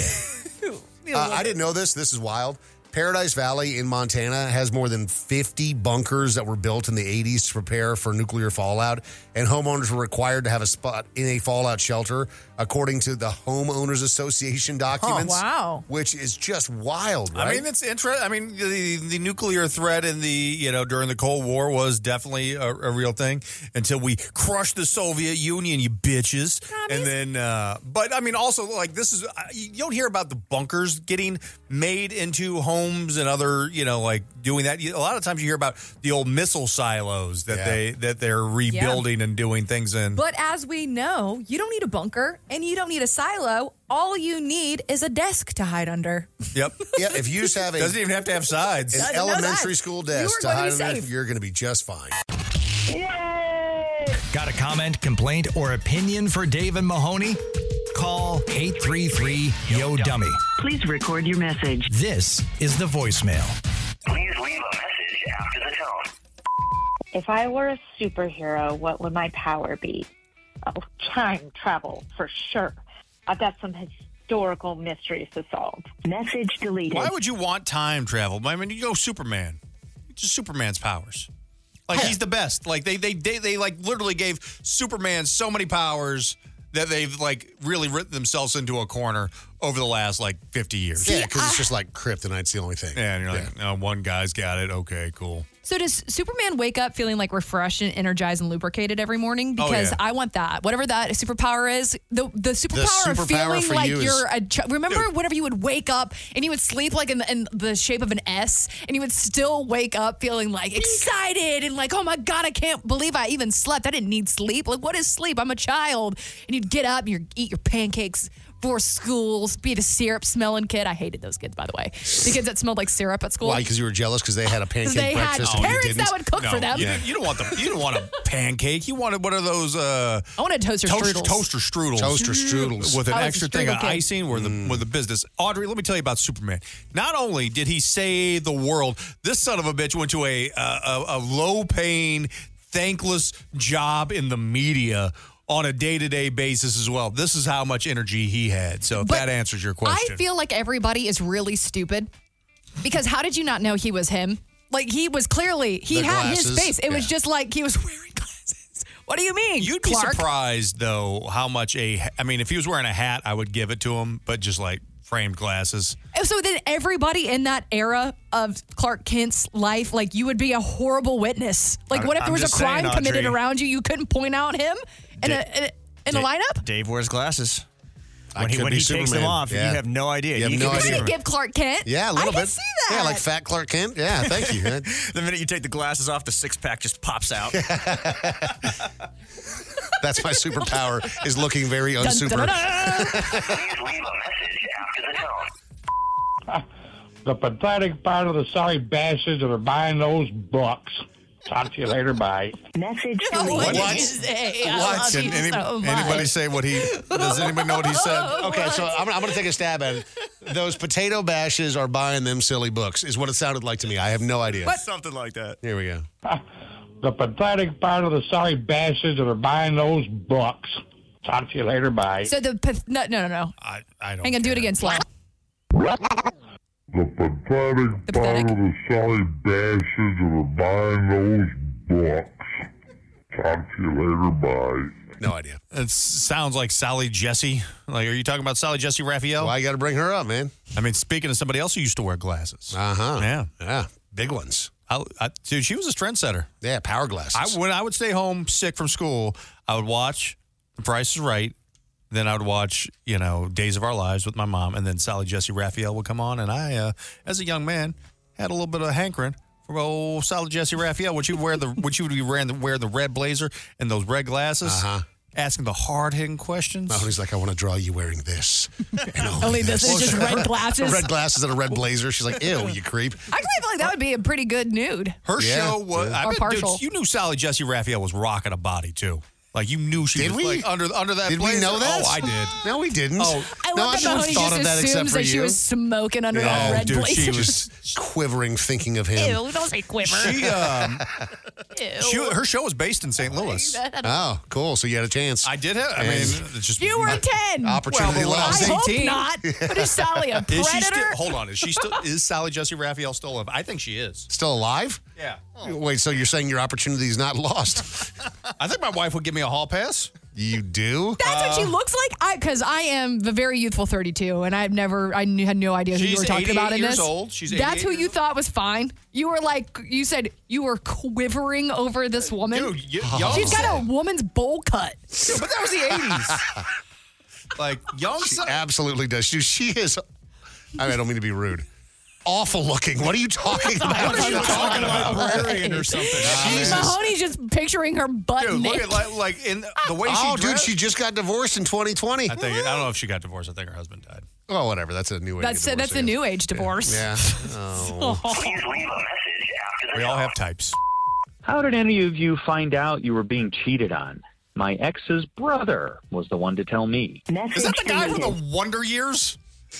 Speaker 3: need a
Speaker 2: Uh,
Speaker 3: little
Speaker 2: I
Speaker 3: bit.
Speaker 2: didn't know this. This is wild. Paradise Valley in Montana has more than 50 bunkers that were built in the 80s to prepare for nuclear fallout, and homeowners were required to have a spot in a fallout shelter, according to the Homeowners Association documents.
Speaker 3: Oh, wow.
Speaker 2: Which is just wild, right?
Speaker 4: I mean, it's interesting. I mean, the, the nuclear threat in the you know during the Cold War was definitely a, a real thing until we crushed the Soviet Union, you bitches. And then, uh, but I mean, also like this is I- you don't hear about the bunkers getting made into homes and other you know like doing that. You- A lot of times you hear about the old missile silos that
Speaker 2: Yeah.
Speaker 4: they that they're rebuilding and doing things in.
Speaker 3: But as we know, you don't need a bunker and you don't need a silo. All you need is a desk to hide under.
Speaker 4: yep,
Speaker 2: yeah, if you just have a
Speaker 4: doesn't even have to have sides.
Speaker 2: an
Speaker 3: Doesn't know
Speaker 2: elementary
Speaker 3: that.
Speaker 2: school
Speaker 3: You
Speaker 2: desk
Speaker 3: are
Speaker 2: to
Speaker 3: gonna be
Speaker 2: hide under,
Speaker 3: safe.
Speaker 2: you're going to be just fine.
Speaker 1: Got a comment, complaint, or opinion for Dave and Mahoney? Call 833 Yo Dummy.
Speaker 5: Please record your message.
Speaker 1: This is the voicemail.
Speaker 8: Please leave a message after the tone.
Speaker 14: If I were a superhero, what would my power be? Oh, time travel for sure. I've got some historical mysteries to solve. Message deleted.
Speaker 17: Why would you want time travel? I mean, you go Superman. Just Superman's powers. Like he's the best. Like they they they, they like literally gave Superman so many powers
Speaker 4: that they've like really written themselves into a corner over the last like 50 years.
Speaker 2: Yeah, because it's just like kryptonite's the only thing.
Speaker 4: Yeah, and you're like, oh, one guy's got it. Okay, cool.
Speaker 3: So does Superman wake up feeling like refreshed and energized and lubricated every morning?
Speaker 4: Oh,
Speaker 3: Because
Speaker 4: yeah.
Speaker 3: I want that. Whatever that superpower is, the the superpower,
Speaker 2: superpower
Speaker 3: of feeling
Speaker 2: for
Speaker 3: like
Speaker 2: you is-
Speaker 3: you're a ch- remember whenever you would wake up and you would sleep like in the, in the shape of an S and you would still wake up feeling like excited and like oh my god I can't believe I even slept. I didn't need sleep. Like what is sleep? I'm a child. And you'd get up and you'd eat your pancakes. For schools, be the syrup smelling kid. I hated those kids, by the way. The kids that smelled like syrup at school.
Speaker 2: Why? Because you were jealous because they had a pancake
Speaker 3: They had
Speaker 2: breakfast. and you
Speaker 3: parents that
Speaker 2: didn't?
Speaker 3: would cook No, for them.
Speaker 4: You,
Speaker 3: yeah.
Speaker 4: you don't want the you don't want a pancake. You wanted one of those uh
Speaker 3: I wanted toaster
Speaker 4: toast-
Speaker 3: strudels. Mm. Oh,
Speaker 4: toaster strudels.
Speaker 2: Toaster strudels. Mm.
Speaker 4: with an
Speaker 2: I was a
Speaker 4: extra thing
Speaker 2: strudel
Speaker 4: of
Speaker 2: kid.
Speaker 4: icing were the were the business. Audrey, let me tell you about Superman. Not only did he save the world, this son of a bitch went to a uh, a, a low paying, thankless job in the media. On a day to day basis as well. This is how much energy he had. So if that answers your question.
Speaker 3: I feel like everybody is really stupid because how did you not know he was him? Like he was clearly he
Speaker 4: The
Speaker 3: had his
Speaker 4: glasses,
Speaker 3: face. It was
Speaker 4: yeah.
Speaker 3: just like he was wearing glasses. What do you mean?
Speaker 4: You'd be surprised though how much a I mean if he was wearing a hat I would give it to him but just like framed glasses.
Speaker 3: And So then everybody in that era of Clark Kent's life, like you would be a horrible witness. Like
Speaker 18: I'm-
Speaker 3: what if there
Speaker 18: I'm
Speaker 3: was a
Speaker 18: just saying,
Speaker 3: crime committed
Speaker 18: Audrey.
Speaker 3: around you? You couldn't point out him in
Speaker 18: Da-
Speaker 3: a in, a- in a
Speaker 18: Da-
Speaker 3: lineup.
Speaker 18: Dave wears glasses.
Speaker 2: I
Speaker 18: When he,
Speaker 2: could
Speaker 18: when
Speaker 2: be
Speaker 18: he takes them
Speaker 2: Superman.
Speaker 18: off,
Speaker 2: Yeah.
Speaker 18: you have no idea.
Speaker 2: You have
Speaker 18: He
Speaker 2: no
Speaker 18: could be
Speaker 2: idea.
Speaker 18: Superman.
Speaker 3: Give Clark Kent.
Speaker 2: Yeah, a little
Speaker 3: I
Speaker 2: bit.
Speaker 3: Can see that.
Speaker 2: Yeah, like fat Clark Kent. Yeah, thank you.
Speaker 18: the minute you take the glasses off, the six pack just pops out.
Speaker 2: That's my superpower is looking very
Speaker 18: Dun,
Speaker 2: unsuper.
Speaker 18: dun,
Speaker 8: Please leave a message after the tone.
Speaker 19: the pathetic part of the sorry bastards that are buying those books. Talk to you later. Bye.
Speaker 8: Message
Speaker 19: What?
Speaker 2: What? And any- anybody say what he? Does anybody know what he said? Okay, so I'm, I'm going to take a stab at it. Those potato bashes are buying them silly books. Is what it sounded like to me. I have no idea.
Speaker 4: Something like that.
Speaker 2: Here we go.
Speaker 19: The pathetic part of the sorry bastards that are buying those books. Talk to you later. Bye.
Speaker 3: So the path- no no no no. I,
Speaker 4: I
Speaker 3: Hang on, do it again, slow.
Speaker 20: The pathetic part of the sorry bashes of the buying those books. Talk to you later, bye.
Speaker 2: No idea.
Speaker 4: It sounds like Sally Jesse. Like are you talking about Sally Jesse Raphael? Why
Speaker 2: you got to bring her up, man?
Speaker 4: I mean speaking of somebody else who used to wear glasses.
Speaker 2: Uh-huh.
Speaker 4: Yeah.
Speaker 2: Yeah, big ones.
Speaker 4: I, I, dude, she was a trendsetter.
Speaker 2: Yeah, power
Speaker 4: I,
Speaker 2: glasses.
Speaker 4: when I would stay home sick from school, I would watch The Price is Right. Then I would watch, you know, Days of Our Lives with my mom, and then Sally Jesse Raphael would come on, and I, uh, as a young man, had a little bit of hankering for old Sally Jesse Raphael. Would you wear the? would you be wearing the, wear the red blazer and those red glasses?
Speaker 2: Uh-huh.
Speaker 4: Asking the hard hitting questions.
Speaker 2: Oh, he's like, I want to draw you wearing this. And
Speaker 3: Only this is just red glasses.
Speaker 2: red glasses and a red blazer. She's like, ew, you creep.
Speaker 3: Actually, I feel like that would be a pretty good nude.
Speaker 4: Her show was. I
Speaker 3: Or
Speaker 4: bet,
Speaker 3: partial.
Speaker 4: Dude, you knew Sally Jesse Raphael was rocking a body too. Like you knew she
Speaker 2: Did
Speaker 4: was
Speaker 2: we?
Speaker 4: like under under that.
Speaker 2: Did we
Speaker 4: blazer.
Speaker 2: know that?
Speaker 4: Oh, I did.
Speaker 2: No, we didn't.
Speaker 4: Oh,
Speaker 3: I love that Mahoney just assumes that she was smoking under that red
Speaker 2: dude,
Speaker 3: blazer.
Speaker 2: she was Oh, quivering thinking of him.
Speaker 3: Ew, don't say quiver.
Speaker 4: She, um,
Speaker 3: Ew.
Speaker 4: She, her show was based in St. Louis.
Speaker 2: Oh, cool. So you had a chance.
Speaker 4: I did have. I mean, it's just
Speaker 3: you were 10.
Speaker 4: opportunity
Speaker 3: well,
Speaker 4: lost.
Speaker 3: I hope not. But is Sally a
Speaker 4: Is she still,
Speaker 3: predator?
Speaker 4: hold on. Is she still? Is Sally Jesse Raphael still alive? I think she is.
Speaker 2: Still alive?
Speaker 4: Yeah.
Speaker 2: Wait, so you're saying your opportunity is not lost?
Speaker 4: I think my wife would give me a hall pass.
Speaker 2: You do?
Speaker 3: That's
Speaker 4: Uh,
Speaker 3: what she looks like. I because I am the very youthful 32, and I've never, I knew, had no idea who you
Speaker 4: She's
Speaker 3: were talking
Speaker 4: 88
Speaker 3: about in
Speaker 4: years
Speaker 3: this.
Speaker 4: old. She's
Speaker 3: That's
Speaker 4: 88
Speaker 3: who you thought was fine. You were like, you said you were quivering over this woman.
Speaker 4: Uh, Dude, y- y'all
Speaker 3: she's got a woman's bowl cut.
Speaker 4: but that was the 80s. like young.
Speaker 2: She absolutely does. She, she is. I, mean, I don't mean to be rude. Awful looking. What are you talking about?
Speaker 4: What are you talking about? Librarian or something.
Speaker 2: Jesus.
Speaker 3: Mahoney's just picturing her butt
Speaker 4: Dude, look
Speaker 3: naked.
Speaker 4: at like, like in the way she.
Speaker 2: oh, dude,
Speaker 4: dressed-
Speaker 2: she just got divorced in 2020.
Speaker 4: I think I don't know if she got divorced. I think her husband died.
Speaker 2: Oh, whatever. That's a new way.
Speaker 3: that's
Speaker 2: to get
Speaker 3: that's the
Speaker 2: divorced,
Speaker 3: new age divorce.
Speaker 2: I guess. Yeah. Oh.
Speaker 8: Please leave a message after the
Speaker 4: We all have types.
Speaker 5: How did any of you find out you were being cheated on? My ex's brother was the one to tell me.
Speaker 4: Is that the guy from the Wonder Years?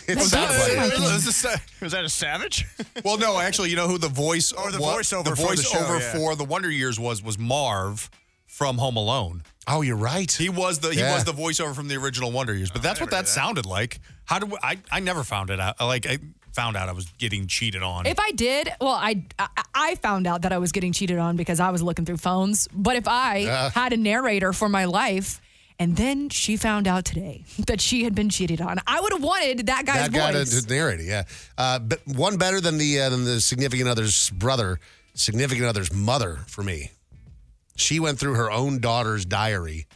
Speaker 5: It
Speaker 4: was, that,
Speaker 5: sounds like it.
Speaker 4: was this a- was that a savage? well, no, actually, you know who the voice or
Speaker 21: the voiceover
Speaker 4: the
Speaker 21: for the
Speaker 4: voiceover
Speaker 21: show, yeah.
Speaker 4: for the Wonder Years was was Marv from Home Alone.
Speaker 2: Oh, you're right. He
Speaker 4: was the he
Speaker 21: Yeah.
Speaker 4: was the voiceover from the original Wonder Years, but that's what that, sounded like. How do I? I never found it out. Like I found out I was getting cheated on.
Speaker 3: If I did, well, I, I I found out that I was getting cheated on because I was looking through phones. But if I
Speaker 4: Uh.
Speaker 3: had a narrator for my life And then she found out today that she had been cheated on. I would have wanted that guy's
Speaker 2: that guy
Speaker 3: voice.
Speaker 2: to, to narrate it, yeah. Uh, but one better than the uh, than the significant other's brother, significant other's mother for me. She went through her own daughter's diary,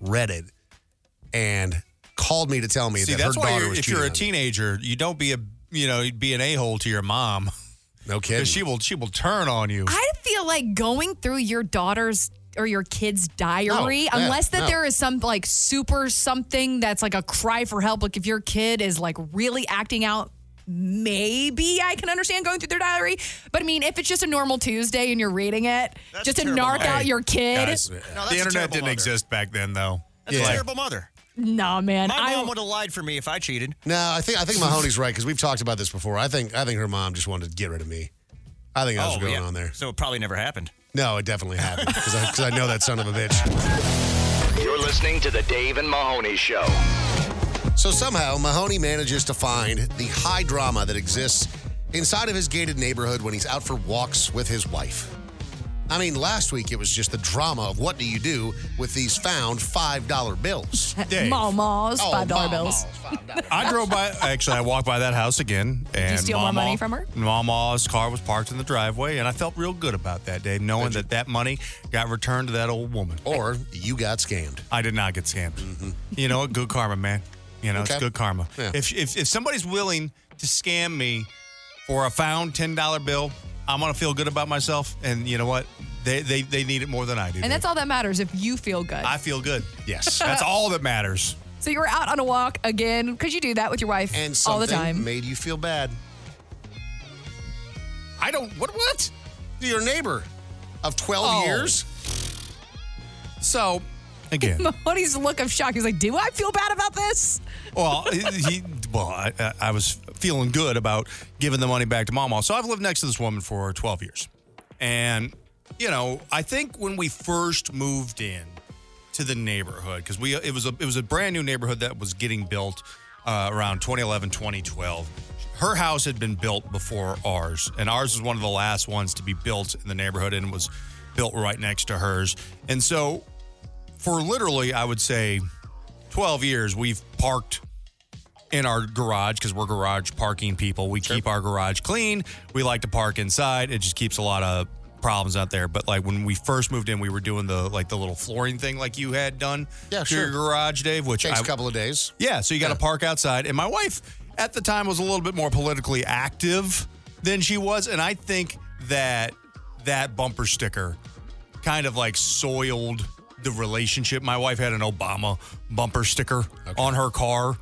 Speaker 2: read it, and called me to tell me
Speaker 4: See,
Speaker 2: that
Speaker 4: that's
Speaker 2: her
Speaker 4: why
Speaker 2: daughter
Speaker 4: you're,
Speaker 2: was
Speaker 4: if
Speaker 2: cheating.
Speaker 4: you're a
Speaker 2: on me.
Speaker 4: teenager, you don't be a you know be an a hole to your mom.
Speaker 2: No kidding.
Speaker 4: She will she will turn on you.
Speaker 3: I feel like going through your daughter's or your kid's diary,
Speaker 4: yeah,
Speaker 3: unless that
Speaker 4: no.
Speaker 3: there is some like super something that's like a cry for help. Like if your kid is like really acting out, maybe I can understand going through their diary. But I mean, if it's just a normal Tuesday and you're reading it, just to narc out your kid.
Speaker 4: Guys, the internet didn't exist back then, though.
Speaker 18: That's a terrible mother.
Speaker 3: nah, man.
Speaker 18: My
Speaker 3: I-
Speaker 18: mom would have lied for me if I cheated.
Speaker 2: No, I think I think Mahoney's right because we've talked about this before. I think I think her mom just wanted to get rid of me. I think that was
Speaker 18: Oh,
Speaker 2: going
Speaker 18: yeah.
Speaker 2: on there.
Speaker 18: So it probably never happened.
Speaker 2: No, it definitely happened because I, 'cause I know that son of a bitch.
Speaker 1: You're listening to the Dave and Mahoney Show.
Speaker 2: So somehow Mahoney manages to find the high drama that exists inside of his gated neighborhood when he's out for walks with his wife. I mean, last week it was just the drama of what do you do with these found five dollar bills?
Speaker 3: Mamas,
Speaker 2: Oh,
Speaker 3: five dollar
Speaker 2: mamas,
Speaker 3: bills.
Speaker 4: I drove by. Actually, I walked by that house again. And
Speaker 3: you steal my
Speaker 4: Mama-
Speaker 3: money from her?
Speaker 4: Mama's car was parked in the driveway, and I felt real good about that, Dave, knowing that that money got returned to that old woman.
Speaker 2: Or you got scammed.
Speaker 4: I did not get scammed. You know what? Good karma, man. You know,
Speaker 2: Mm-hmm. Okay.
Speaker 4: it's good karma.
Speaker 2: Yeah.
Speaker 4: If, if if somebody's willing to scam me for a found ten dollar bill, I'm gonna feel good about myself. And you know what? They they, they need it more than I do.
Speaker 3: And that's all that matters if you feel good.
Speaker 4: I feel good.
Speaker 2: Yes.
Speaker 4: that's all that matters.
Speaker 3: so you were out on a walk again because you do that with your wife
Speaker 2: And
Speaker 3: all
Speaker 2: something
Speaker 3: the time.
Speaker 2: made you feel bad. I don't. What? What? Your neighbor of twelve
Speaker 4: Oh.
Speaker 2: years.
Speaker 4: So again.
Speaker 3: Mahoney's look of shock. He's like, "Do I feel bad about this?"
Speaker 4: Well, he, he- well, I, I- I was feeling good about giving the money back to Mama. So I've lived next to this woman for 12 years, and you know, I think when we first moved in to the neighborhood, because we it was a it was a brand new neighborhood that was getting built uh, around 2011, 2012. Her house had been built before ours, and ours was one of the last ones to be built in the neighborhood, and was built right next to hers. And so, for literally, I would say 12 years, we've parked in our garage because we're garage parking people. We keep our garage clean. We like to park inside. It just keeps a lot of problems out there. But like when we first moved in, we were doing the like the little flooring thing like you had done
Speaker 2: Yeah,
Speaker 4: to
Speaker 2: sure.
Speaker 4: your garage, Dave, which
Speaker 2: Takes
Speaker 4: I-
Speaker 2: a couple of days.
Speaker 4: yeah, so you got to park outside. And my wife at the time was a little bit more politically active than she was, and I think that that bumper sticker kind of like soiled the relationship. My wife had an Obama bumper sticker on her car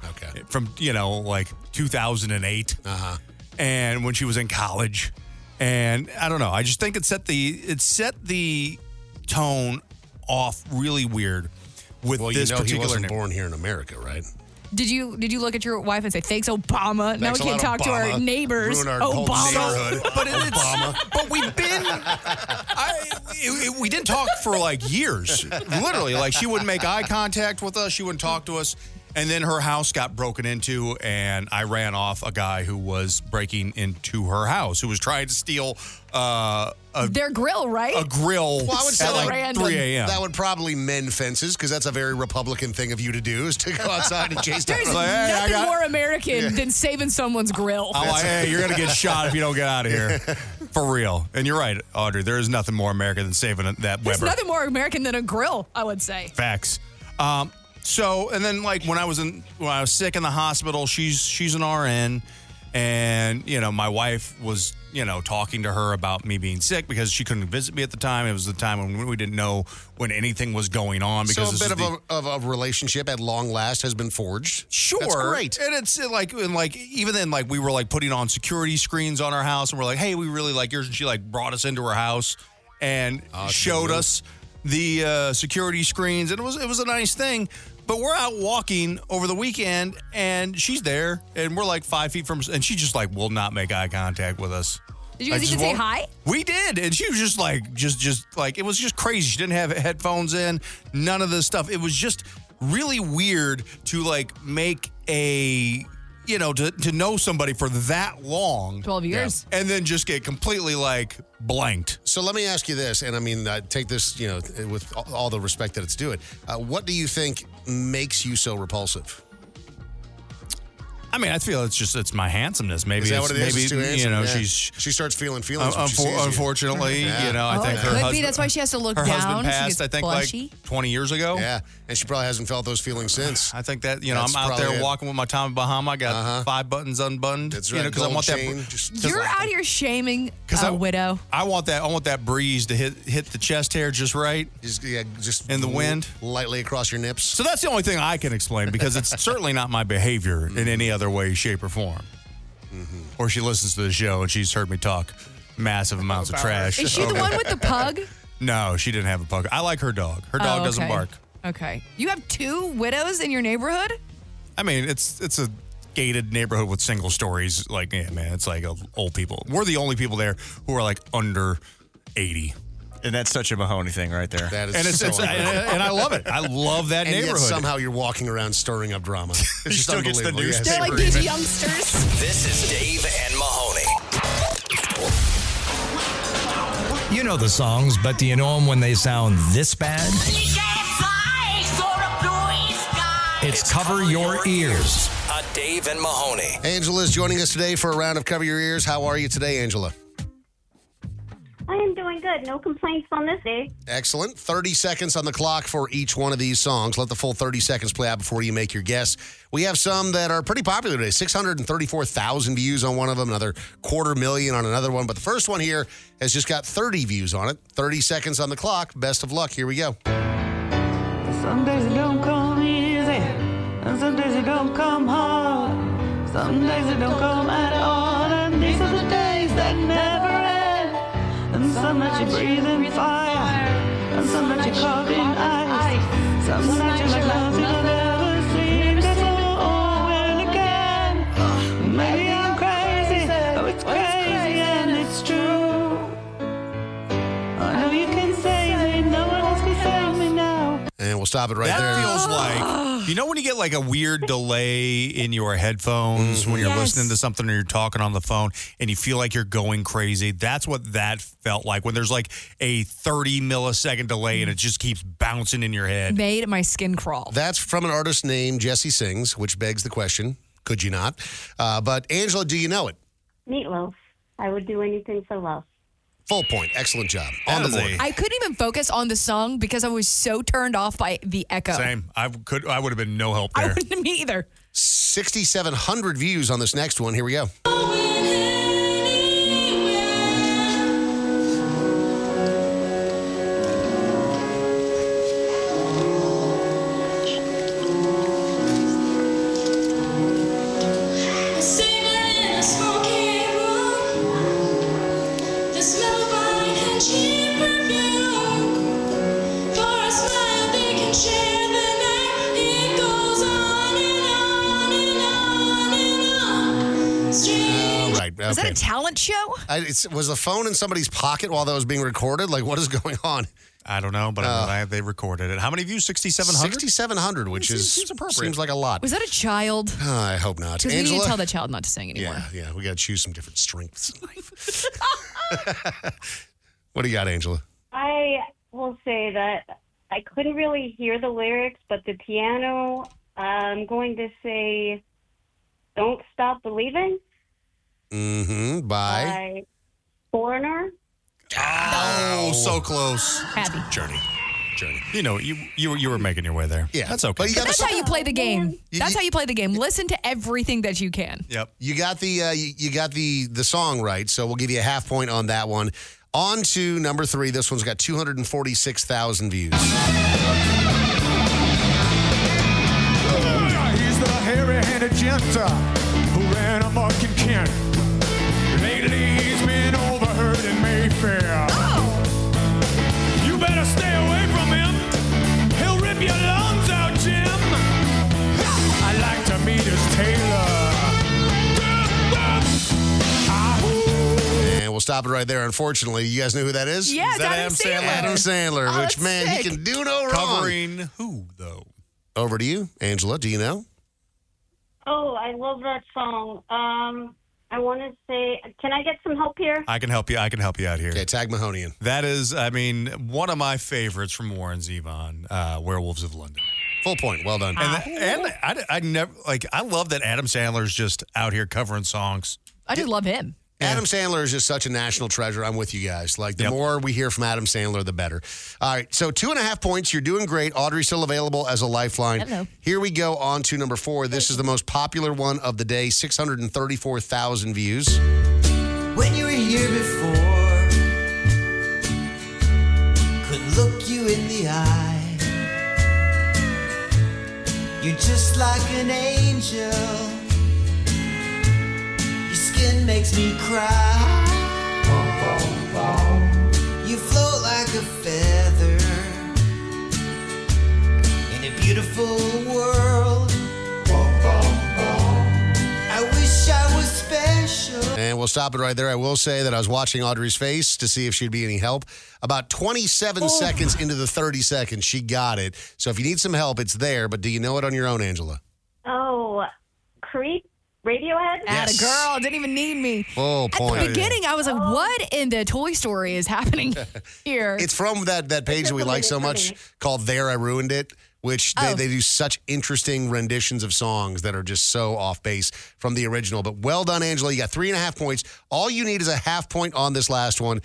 Speaker 4: from you know like 2008, uh-huh. and when she was in college, and I don't know. I just think it set the it set the tone off really weird with
Speaker 2: Well,
Speaker 4: this
Speaker 2: you know he
Speaker 4: particular
Speaker 2: wasn't
Speaker 4: neighbor.
Speaker 2: born here in America, right?
Speaker 3: Did you did you look at your wife and say, "Thanks, Obama"? now we
Speaker 2: Thanks a
Speaker 3: can't
Speaker 2: lot,
Speaker 3: talk to our
Speaker 2: Obama.
Speaker 3: neighbors.
Speaker 2: Ruin our whole
Speaker 3: Obama.
Speaker 2: neighborhood.
Speaker 4: but it, it's, but we've been I, it- it- we didn't talk for like years literally like she wouldn't make eye contact with us she wouldn't talk to us and then her house got broken into and i ran off a guy who was breaking into her house who was trying to steal uh, a,
Speaker 3: Their grill, right?
Speaker 4: a grill
Speaker 2: Well, I would say
Speaker 4: at like
Speaker 2: that-
Speaker 4: 3 a.m
Speaker 2: That would probably mend fences because that's a very Republican thing of you to do is to go outside and chase down.
Speaker 3: There's
Speaker 2: Like, hey, I
Speaker 3: nothing
Speaker 2: got-
Speaker 3: more American than saving someone's grill.
Speaker 4: I'm like, hey, you're gonna get shot if you don't get out of here, for real. And you're right, Audrey. There is nothing more American than saving that
Speaker 3: There's
Speaker 4: Weber.
Speaker 3: nothing more American than a grill, I would say.
Speaker 4: Facts. Um, so and then like when I was in when I was sick in the hospital, she's she's an RN, and you know my wife was you know talking to her about me being sick because she couldn't visit me at the time. It was the time when we didn't know when anything was going on because
Speaker 2: so a
Speaker 4: this
Speaker 2: bit
Speaker 4: is
Speaker 2: of,
Speaker 4: the-
Speaker 2: a, of a relationship at long last has been forged.
Speaker 4: Sure,
Speaker 2: That's great.
Speaker 4: And it's uh, like, and like even then, like we were like putting on security screens on our house, and we're like, hey, we really like yours. And she like brought us into her house and
Speaker 2: Ah,
Speaker 4: showed us the uh, security screens, and it was it was a nice thing. But we're out walking over the weekend, and she's there, and we're like five feet from, and she just like will not make eye contact with us.
Speaker 3: Did you
Speaker 4: Like,
Speaker 3: guys
Speaker 4: just
Speaker 3: even say
Speaker 4: won't-
Speaker 3: hi?
Speaker 4: We did, and she was just like, just, just like it was just crazy. She didn't have headphones in, none of this stuff. It was just really weird to like make a
Speaker 22: you know, to, to know somebody for that long.
Speaker 23: 12 years.
Speaker 22: And then just get completely like blanked.
Speaker 2: So let me ask you this, and I mean, uh, take this, you know, with all- all the respect that it's due. It. Uh, what do you think makes you so repulsive?
Speaker 4: I mean, I feel it's just it's my handsomeness. Maybe
Speaker 2: is that
Speaker 4: it's
Speaker 2: what it is?
Speaker 4: maybe
Speaker 2: It's too
Speaker 4: you
Speaker 2: handsome?
Speaker 4: know
Speaker 2: Yeah.
Speaker 4: she's
Speaker 2: she starts feeling feelings.
Speaker 4: Uh,
Speaker 2: when she
Speaker 4: unfor-
Speaker 2: sees you.
Speaker 4: unfortunately, you know, I
Speaker 2: Oh,
Speaker 4: think
Speaker 2: it
Speaker 4: her
Speaker 2: could be.
Speaker 4: husband-
Speaker 3: That's why she has to look
Speaker 4: her
Speaker 3: down.
Speaker 4: husband
Speaker 3: She gets
Speaker 4: passed, I think,
Speaker 3: blushy.
Speaker 4: like 20 years ago.
Speaker 2: Yeah, and she probably hasn't felt those feelings since.
Speaker 4: I think that, you know,
Speaker 2: That's
Speaker 4: I'm out there
Speaker 2: probably it. Uh-huh.
Speaker 4: walking with my Tommy Bahama. I got five buttons unbuttoned. That's You
Speaker 2: right,
Speaker 4: know, because I
Speaker 2: gold
Speaker 4: want that.
Speaker 2: chain,
Speaker 4: br-
Speaker 3: You're out here shaming a
Speaker 4: I-
Speaker 3: widow.
Speaker 4: I want that. I want that breeze to hit hit the chest hair just right.
Speaker 2: Just yeah, just
Speaker 4: in the wind,
Speaker 2: lightly across your nips.
Speaker 4: So that's the only thing I can explain because it's certainly not my behavior in
Speaker 2: Mm-hmm.
Speaker 4: any other way, shape, or form. Or she listens to the show and she's heard me talk massive amounts of trash.
Speaker 3: Is she the one with the pug?
Speaker 4: No, she didn't have a pug. I like her dog. Her dog
Speaker 3: Oh,
Speaker 4: doesn't
Speaker 3: okay.
Speaker 4: bark.
Speaker 3: Okay. You have two widows in your neighborhood?
Speaker 4: I mean, it's it's a gated neighborhood with single stories. Like, yeah, man, it's like uh, old people. We're the only people there who are like under eighty.
Speaker 18: And that's such a Mahoney thing right there.
Speaker 2: That is
Speaker 4: And it's-
Speaker 2: so
Speaker 4: it's-
Speaker 2: unbelievable.
Speaker 4: and- and I love it. I love that
Speaker 2: And yet
Speaker 4: neighborhood.
Speaker 2: somehow you're walking around stirring up drama. It's
Speaker 4: You
Speaker 2: just
Speaker 4: still gets the
Speaker 2: unbelievable. Yes.
Speaker 4: newspaper. They're like these
Speaker 3: youngsters.
Speaker 8: This is Dave and Mahoney.
Speaker 1: You know the songs, but do you know them when they sound this bad? It's, Cover Your, Ears.
Speaker 8: Uh, Dave and Mahoney.
Speaker 2: Angela's joining us today for a round of Cover Your Ears. How are you today, Angela?
Speaker 24: I am doing good. No complaints on this day.
Speaker 2: Excellent. 30 seconds on the clock for each one of these songs. Let the full 30 seconds play out before you make your guess. We have some that are pretty popular today 634,000 views on one of them, another quarter million on another one. But the first one here has just got 30 views on it. 30 seconds on the clock. Best of luck. Here we go.
Speaker 25: Some days it don't come easy, and some days it don't come hard. Some days it don't come at all, and these are the days that never end. And some that you breathe in fire, and some that you cover in ice. Some that you make love you'll never see before or will again. Maybe I'm crazy, oh it's crazy and it's true. I know you can save me, no one else can save me now.
Speaker 2: And we'll stop it right
Speaker 4: that
Speaker 2: there.
Speaker 4: feels like you know when you get like a weird delay in your headphones when you're
Speaker 2: Yes.
Speaker 4: listening to something or you're talking on the phone and you feel like you're going crazy. That's what that felt like when there's like a 30 millisecond delay and it just keeps bouncing in your head.
Speaker 23: Made my skin crawl.
Speaker 2: That's from an artist named Jesse Sings, which begs the question could you not? Uh, but Angela, do you know it?
Speaker 24: Meatloaf. I would do anything for love.
Speaker 2: Full point. Excellent job. on the board.
Speaker 3: I couldn't even focus on the song because I was so turned off by the echo.
Speaker 4: Same. I could. I would have been no help
Speaker 3: I
Speaker 4: there.
Speaker 3: wouldn't me either.
Speaker 2: 6,700 views on this next one. Here we go. All right.
Speaker 3: Was that
Speaker 2: okay.
Speaker 3: a talent show?
Speaker 2: I, it's, was the phone in somebody's pocket while that was being recorded? Like, what is going on?
Speaker 4: I don't know, but I'm glad they recorded it. How many views? 6,700?
Speaker 2: 6,700, which is seems, like a lot.
Speaker 3: Was that a child?
Speaker 2: Uh, I hope not.
Speaker 3: Because we need to
Speaker 2: Angela?
Speaker 3: tell the child not to sing anymore.
Speaker 2: yeah, yeah, we got to choose some different strengths in life. what do you got, Angela?
Speaker 24: I will say that I couldn't really hear the lyrics, but the piano, I'm going to say, Don't Stop Believing
Speaker 2: Mm-hmm. Bye.
Speaker 24: by Foreigner.
Speaker 4: Oh, so close.
Speaker 3: Happy.
Speaker 4: Journey. Journey. You know, you you, were- you were making your way there. Yeah. That's okay.
Speaker 2: But you
Speaker 3: But
Speaker 2: got
Speaker 3: that's
Speaker 2: the,
Speaker 3: how you play the game. That's how you play the game. Listen to everything that you can.
Speaker 4: yep.
Speaker 2: You got the uh, you, you got the the song right, so we'll give you a half point on that one. On to number three. This one's got two hundred and forty six thousand views.
Speaker 26: He's the hairy-handed jester who ran amok in Kent. Lately, he's been overheard in Mayfair. Oh! You better stay away from him. He'll rip your lungs out, Jim. I like to meet his tailor.
Speaker 2: And we'll stop it right there. Unfortunately, you guys know who that is.
Speaker 4: Yeah, Is that
Speaker 2: Adam
Speaker 4: it's Adam Adam
Speaker 2: Sandler.
Speaker 4: Sandler. Oh,
Speaker 2: which
Speaker 4: that's
Speaker 2: man,
Speaker 4: sick.
Speaker 2: he can do no wrong.
Speaker 4: Covering who, though?
Speaker 2: Over to you, Angela. Do you know?
Speaker 24: Oh, I love that song. Um, I want to say, can I get some help here?
Speaker 4: I can help you. I can help you out here. Okay,
Speaker 2: tag Mahoney in.
Speaker 4: That is, I mean, one of my favorites from Warren Zevon, uh, Werewolves of London.
Speaker 2: Full point. Well done.
Speaker 4: And, and I, I never like. I love that Adam Sandler's just out here covering songs.
Speaker 3: I do love him.
Speaker 2: Adam Sandler is just such a national treasure. I'm with you guys. Like, the more we hear from Adam Sandler, the better. All right. So, two and a half points. You're doing great. Audrey's still available as a lifeline.
Speaker 27: Hello.
Speaker 2: Here we go on to number four. This is the most popular one of the day 634,000 views.
Speaker 27: When you were here before, could look you in the eye. You're just like an angel. Your skin makes me cry. You float like a feather in a beautiful world. I wish I was special.
Speaker 2: And we'll stop it right there. I will say that I was watching Audrey's face to see if she'd be any help. About 27 seconds into the 30 seconds, she got it. So if you need some help, it's there. But do you know it on your own, Angela?
Speaker 24: Oh, Creep Radiohead?
Speaker 3: Atta
Speaker 2: Yes.
Speaker 3: girl, didn't even need me.
Speaker 2: Full point.
Speaker 3: At the beginning, I was like, what in the Toy Story is happening here?
Speaker 2: It's from that, that page that we like so much called There I Ruined It, which
Speaker 3: Oh.
Speaker 2: they, they do such interesting renditions of songs that are just so off base from the original. But well done, Angela. You got three and a half points. All you need is a half point on this last one.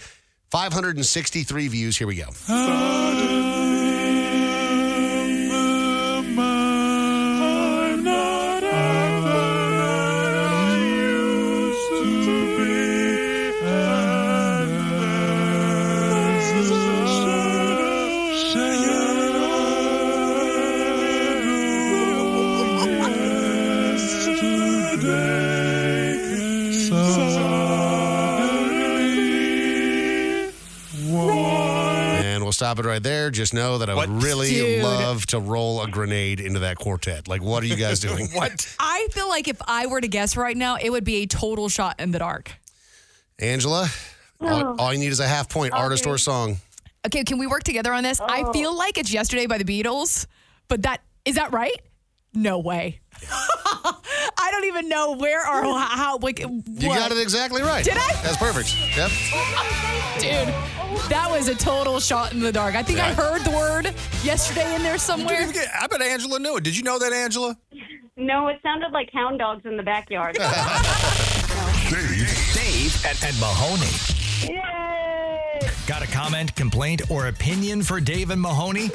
Speaker 2: 563 views. Here we go. And we'll stop it right there. Just know that I would really
Speaker 3: Dude.
Speaker 2: love to roll a grenade into that quartet. Like, what are you guys doing? what?
Speaker 3: I feel like if I were to guess right now, it would be a total shot in the dark.
Speaker 2: Angela, all,
Speaker 3: No.
Speaker 2: all you need is a half point, artist or song.
Speaker 3: Okay, can we work together on this? I feel like it's yesterday by the Beatles, but that is that right? No way. I don't even know where or ho- how. Like,
Speaker 2: You got it exactly right.
Speaker 3: Did I?
Speaker 2: That's perfect. Yep.
Speaker 3: Dude, that was a total shot in the dark. I think I
Speaker 4: Yeah.
Speaker 3: heard the word yesterday in there somewhere.
Speaker 4: I bet Angela knew it. Did you know that, Angela?
Speaker 24: No, it sounded like hound dogs in the backyard.
Speaker 1: Dave, Dave and, and Mahoney. Got a comment, complaint, or opinion for Dave and Mahoney?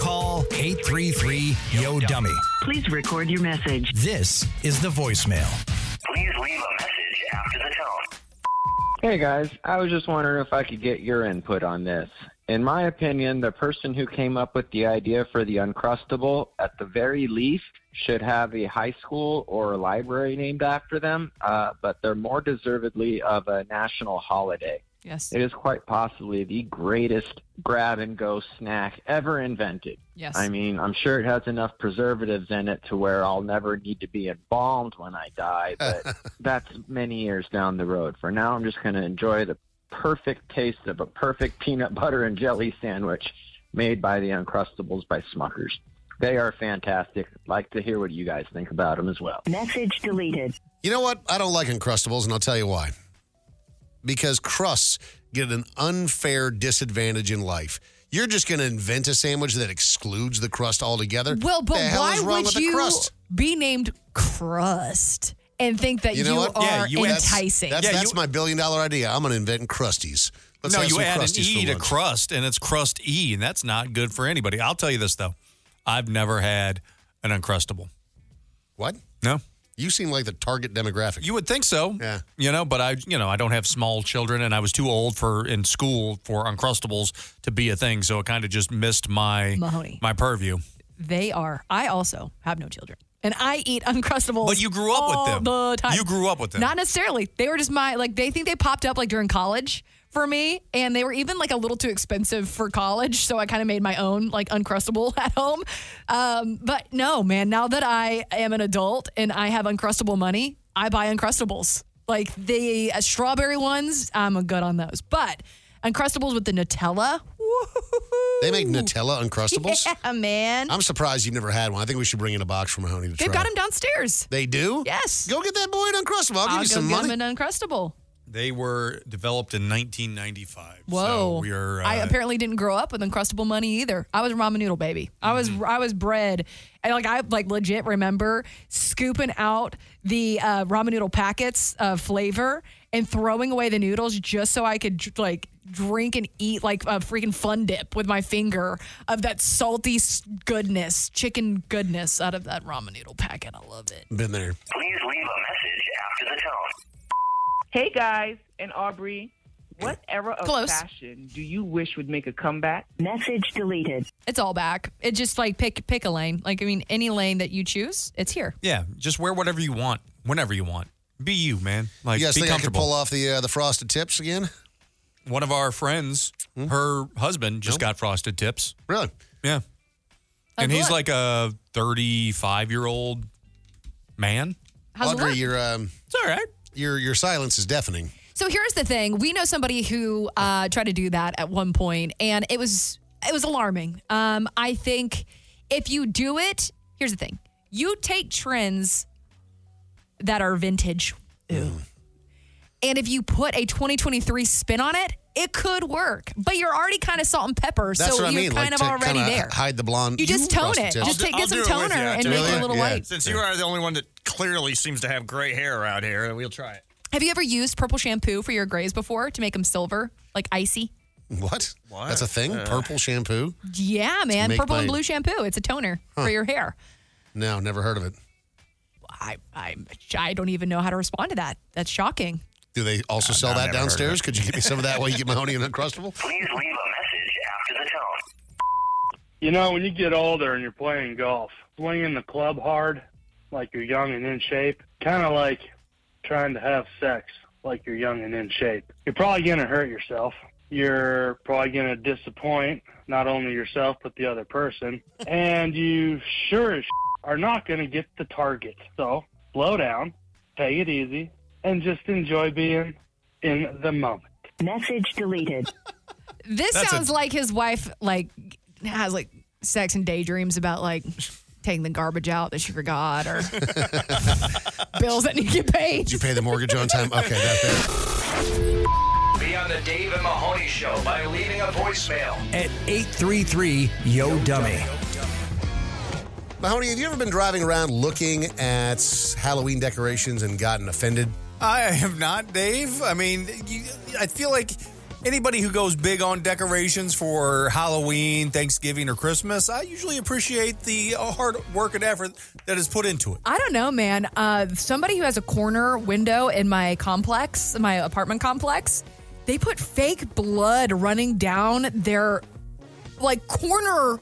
Speaker 1: Call 833 Yo Dummy. Please record your message. This is the voicemail.
Speaker 8: Please leave a message after the tone.
Speaker 28: Hey guys, I was just wondering if I could get your input on this. In my opinion, the person who came up with the idea for the Uncrustable, at the very least, should have a high school or a library named after them, uh, but they're more deservedly of a national holiday.
Speaker 3: Yes.
Speaker 28: It is quite possibly the greatest grab and go snack ever invented.
Speaker 3: Yes.
Speaker 28: I mean, I'm sure it has enough preservatives in it to where I'll never need to be embalmed when I die, but that's many years down the road. For now, I'm just going to enjoy the perfect taste of a perfect peanut butter and jelly sandwich made by the Uncrustables by Smuckers. They are fantastic. Like to hear what you guys think about them as well.
Speaker 2: Message deleted. You know what? I don't like Uncrustables, and I'll tell you why. Because crusts get an unfair disadvantage in life. You're just going to invent a sandwich that excludes the crust altogether.
Speaker 3: Well, but
Speaker 2: the hell
Speaker 3: why
Speaker 2: is wrong with
Speaker 3: would you
Speaker 2: the crust?
Speaker 3: be named Crust and think that you, are enticing?
Speaker 2: That's, that's, that's my billion dollar idea. I'm going to invent crusties. Let's
Speaker 4: no,
Speaker 2: have
Speaker 4: you
Speaker 2: some
Speaker 4: add an
Speaker 2: crusties
Speaker 4: E
Speaker 2: for
Speaker 4: to
Speaker 2: lunch.
Speaker 4: crust, and it's crust E, and that's not good for anybody. I'll tell you this though, I've never had an uncrustable.
Speaker 2: What?
Speaker 4: No.
Speaker 2: You seem like the target demographic.
Speaker 4: You would think so. Yeah. You know, but I, you know, I don't have small children, and I was too old for in school for uncrustables to be a thing, so it kind of just missed my
Speaker 3: Mahoney.
Speaker 4: my purview.
Speaker 3: They are. I also have no children. And I eat Uncrustables.
Speaker 4: But you grew up with
Speaker 3: all
Speaker 4: them.
Speaker 3: The time.
Speaker 4: You grew up with them.
Speaker 3: Not necessarily. They were just my, like, they think they popped up, like, during college for me. And they were even, like, a little too expensive for college. So I kind of made my own, like, Uncrustable at home. Um, but no, man, now that I am an adult and I have Uncrustable money, I buy Uncrustables. Like, the uh, strawberry ones, I'm good on those. But Uncrustables with the Nutella,
Speaker 2: They make Nutella Uncrustables?
Speaker 3: Yeah, man.
Speaker 2: I'm surprised you've never had one. I think we should bring in a box from Mahoney to
Speaker 3: They've
Speaker 2: try.
Speaker 3: got them downstairs.
Speaker 2: They do?
Speaker 3: Yes.
Speaker 2: Go get that boy an Uncrustable. I'll give you
Speaker 3: go
Speaker 2: some
Speaker 3: get
Speaker 2: money.
Speaker 3: him an Uncrustable.
Speaker 4: They were developed in 1995.
Speaker 3: Whoa.
Speaker 4: So we are. Uh,
Speaker 3: I apparently didn't grow up with Uncrustable money either. I was a ramen noodle baby. I was
Speaker 4: Mm-hmm.
Speaker 3: I was bred and like I like legit remember scooping out the uh, ramen noodle packets of flavor and throwing away the noodles just so I could dr- like drink and eat like a freaking fun dip with my finger of that salty s- goodness, chicken goodness out of that ramen noodle packet. I love it.
Speaker 2: Been there.
Speaker 8: Please leave a message after the tone.
Speaker 5: Hey guys, and Aubrey, what era of
Speaker 3: Close.
Speaker 5: fashion do you wish would make a comeback?
Speaker 3: Message deleted. It's all back. It just like pick pick a lane. Like I mean any lane that you choose, it's here.
Speaker 4: yeah, just wear whatever you want, whenever you want. Be you, man. Like,
Speaker 2: you guys
Speaker 4: be
Speaker 2: think I could
Speaker 4: comfortable.
Speaker 2: pull off the uh, the frosted tips again?
Speaker 4: One of our friends,
Speaker 2: Hmm?
Speaker 4: her husband, just got frosted tips.
Speaker 2: Really?
Speaker 4: Yeah.
Speaker 2: Oh,
Speaker 4: and he's
Speaker 2: good.
Speaker 4: like a 35 year old man.
Speaker 3: How's it
Speaker 2: Audrey,
Speaker 3: look?
Speaker 2: your um, it's
Speaker 4: all right.
Speaker 2: Your your silence is deafening.
Speaker 3: So here's the thing: we know somebody who uh, tried to do that at one point, and it was it was alarming. Um, I think if you do it, here's the thing: you take trends that are vintage,
Speaker 2: Mm.
Speaker 3: and if you put a 2023 spin on it, it could work. But you're already kind of salt and pepper,
Speaker 2: That's
Speaker 3: so
Speaker 2: what I
Speaker 3: you're
Speaker 2: mean.
Speaker 3: kind
Speaker 2: like,
Speaker 3: of
Speaker 2: to
Speaker 3: already
Speaker 2: kinda
Speaker 3: there.
Speaker 2: Hide the blonde.
Speaker 3: You just tone
Speaker 2: frosted
Speaker 3: it.
Speaker 2: tips.
Speaker 3: Just take- get some toner and make it a little white.
Speaker 18: Since you are the only one that clearly seems to have gray hair out here, we'll try it.
Speaker 3: Have you ever used purple shampoo for your grays before to make them silver, like icy?
Speaker 2: What? That's a thing? Purple shampoo?
Speaker 3: Yeah, man,
Speaker 2: make
Speaker 3: purple and
Speaker 2: my-
Speaker 3: blue shampoo. It's a toner
Speaker 2: Huh.
Speaker 3: for your hair.
Speaker 2: No, never heard of it.
Speaker 3: I, I I don't even know how to respond to that. That's shocking.
Speaker 2: Do they also sell
Speaker 8: no,
Speaker 2: that
Speaker 8: never heard of
Speaker 2: downstairs?
Speaker 8: it.
Speaker 2: Could you get me some of that while you get Mahoney and Uncrustable?
Speaker 8: Please leave a message after the tone.
Speaker 29: You know, when you get older and you're playing golf, swinging the club hard, like you're young and in shape, kind of like trying to have sex, like you're young and in shape. You're probably going to hurt yourself. You're probably going to disappoint not only yourself, but the other person. And you sure as are not going to get the target. So slow down, take it easy, and just enjoy being in the moment. Message deleted.
Speaker 3: This
Speaker 29: That's a-
Speaker 3: sounds like his wife like has like sex and daydreams about like taking the garbage out that she forgot or bills that need to get paid.
Speaker 2: Did you pay the mortgage on time? Okay, that's it.
Speaker 1: Be on the Dave and Mahoney Show by leaving a voicemail.
Speaker 30: At 833 Yo Dummy.
Speaker 2: Mahoney, have you ever been driving around looking at Halloween decorations and gotten offended?
Speaker 4: I have not, Dave. I mean, you, I feel like anybody who goes big on decorations for Halloween, Thanksgiving, or Christmas, I usually appreciate the uh, hard work and effort that is put into it.
Speaker 3: I don't know, man. Uh, somebody who has a corner window in my complex, my apartment complex, they put fake blood running down their like corner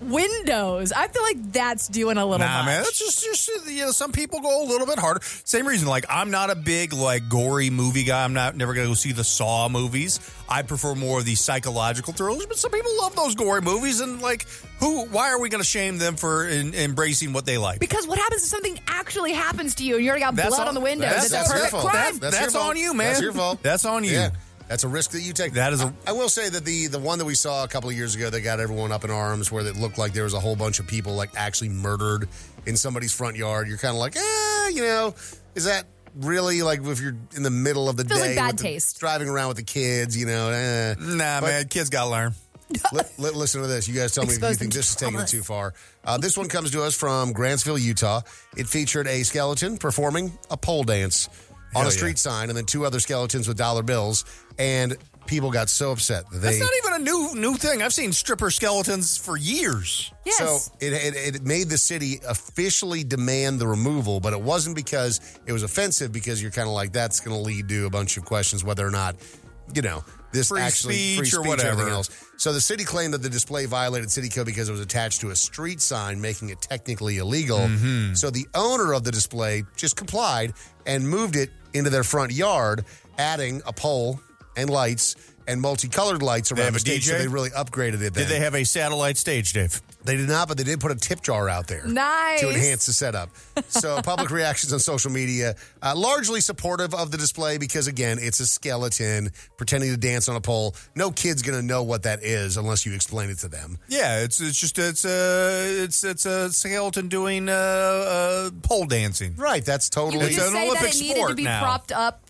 Speaker 3: windows. I feel like that's doing a little
Speaker 4: Nah,
Speaker 3: much.
Speaker 4: man, that's just, just you know, some people go a little bit harder. Same reason, like I'm not a big like gory movie guy. I'm not never going to go see the Saw movies. I prefer more of the psychological thrillers. But some people love those gory movies, and like, who? Why are we going to shame them for in, embracing what they like?
Speaker 3: Because what happens if something actually happens to you and you already got
Speaker 4: That's
Speaker 3: blood
Speaker 4: all-
Speaker 3: on the windows?
Speaker 4: that's-
Speaker 3: it's
Speaker 4: that's
Speaker 3: a
Speaker 4: your
Speaker 3: perfect
Speaker 4: fault.
Speaker 3: crime.
Speaker 4: That's- that's
Speaker 2: your fault.
Speaker 4: on you, man.
Speaker 2: That's your fault.
Speaker 4: That's on you.
Speaker 2: Yeah, that's a risk that you take.
Speaker 4: That is a-
Speaker 2: I I will say that the the one that we saw a couple of years ago that got everyone up in arms, where it looked like there was a whole bunch of people like actually murdered in somebody's front yard. You're kind of like, eh, you know, is that really like if you're in the middle of the
Speaker 3: Feels
Speaker 2: day,
Speaker 3: like bad
Speaker 2: with the-
Speaker 3: taste.
Speaker 2: driving around with the kids, you know? Eh.
Speaker 4: Nah, man, kids got to learn.
Speaker 2: li- li- listen to this. You guys tell me if
Speaker 4: Expose
Speaker 2: you think
Speaker 4: them
Speaker 2: this
Speaker 4: to
Speaker 2: is taking it
Speaker 4: traumas.
Speaker 2: too far. Uh, this one comes to us from Grantsville, Utah. It featured a skeleton performing a pole dance
Speaker 4: Hell
Speaker 2: on a
Speaker 4: yeah.
Speaker 2: street sign, and then two other skeletons with dollar bills. And people got so upset that they.
Speaker 4: That's not even a new new thing. I've seen stripper skeletons for years.
Speaker 2: So it, it, it made the city officially demand the removal, but it wasn't because it was offensive. Because you're kind of like that's going to lead to a bunch of questions whether or not, you know, this
Speaker 4: Free
Speaker 2: actually
Speaker 4: speech
Speaker 2: free
Speaker 4: or
Speaker 2: speech or
Speaker 4: whatever.
Speaker 2: everything else. So the city claimed that the display violated city code because it was attached to a street sign, making it technically illegal.
Speaker 4: Mm-hmm.
Speaker 2: So the owner of the display just complied and moved it into their front yard, adding a pole and lights and multicolored lights around
Speaker 4: have
Speaker 2: the
Speaker 4: a
Speaker 2: stage. So
Speaker 4: DJ?
Speaker 2: they really upgraded it. Then.
Speaker 4: Did they have a satellite stage, Dave?
Speaker 2: They did not, but they did put a tip jar out there.
Speaker 3: Nice.
Speaker 2: To enhance the setup. So, public reactions on social media, uh, largely supportive of the display because, again, it's a skeleton pretending to dance on a pole. No kid's going to know what that is unless you explain it to them.
Speaker 4: Yeah, it's it's just it's a it's it's a skeleton doing uh, uh, pole dancing.
Speaker 2: Right, that's
Speaker 3: You
Speaker 2: totally.
Speaker 3: could just say that it needed to be propped up.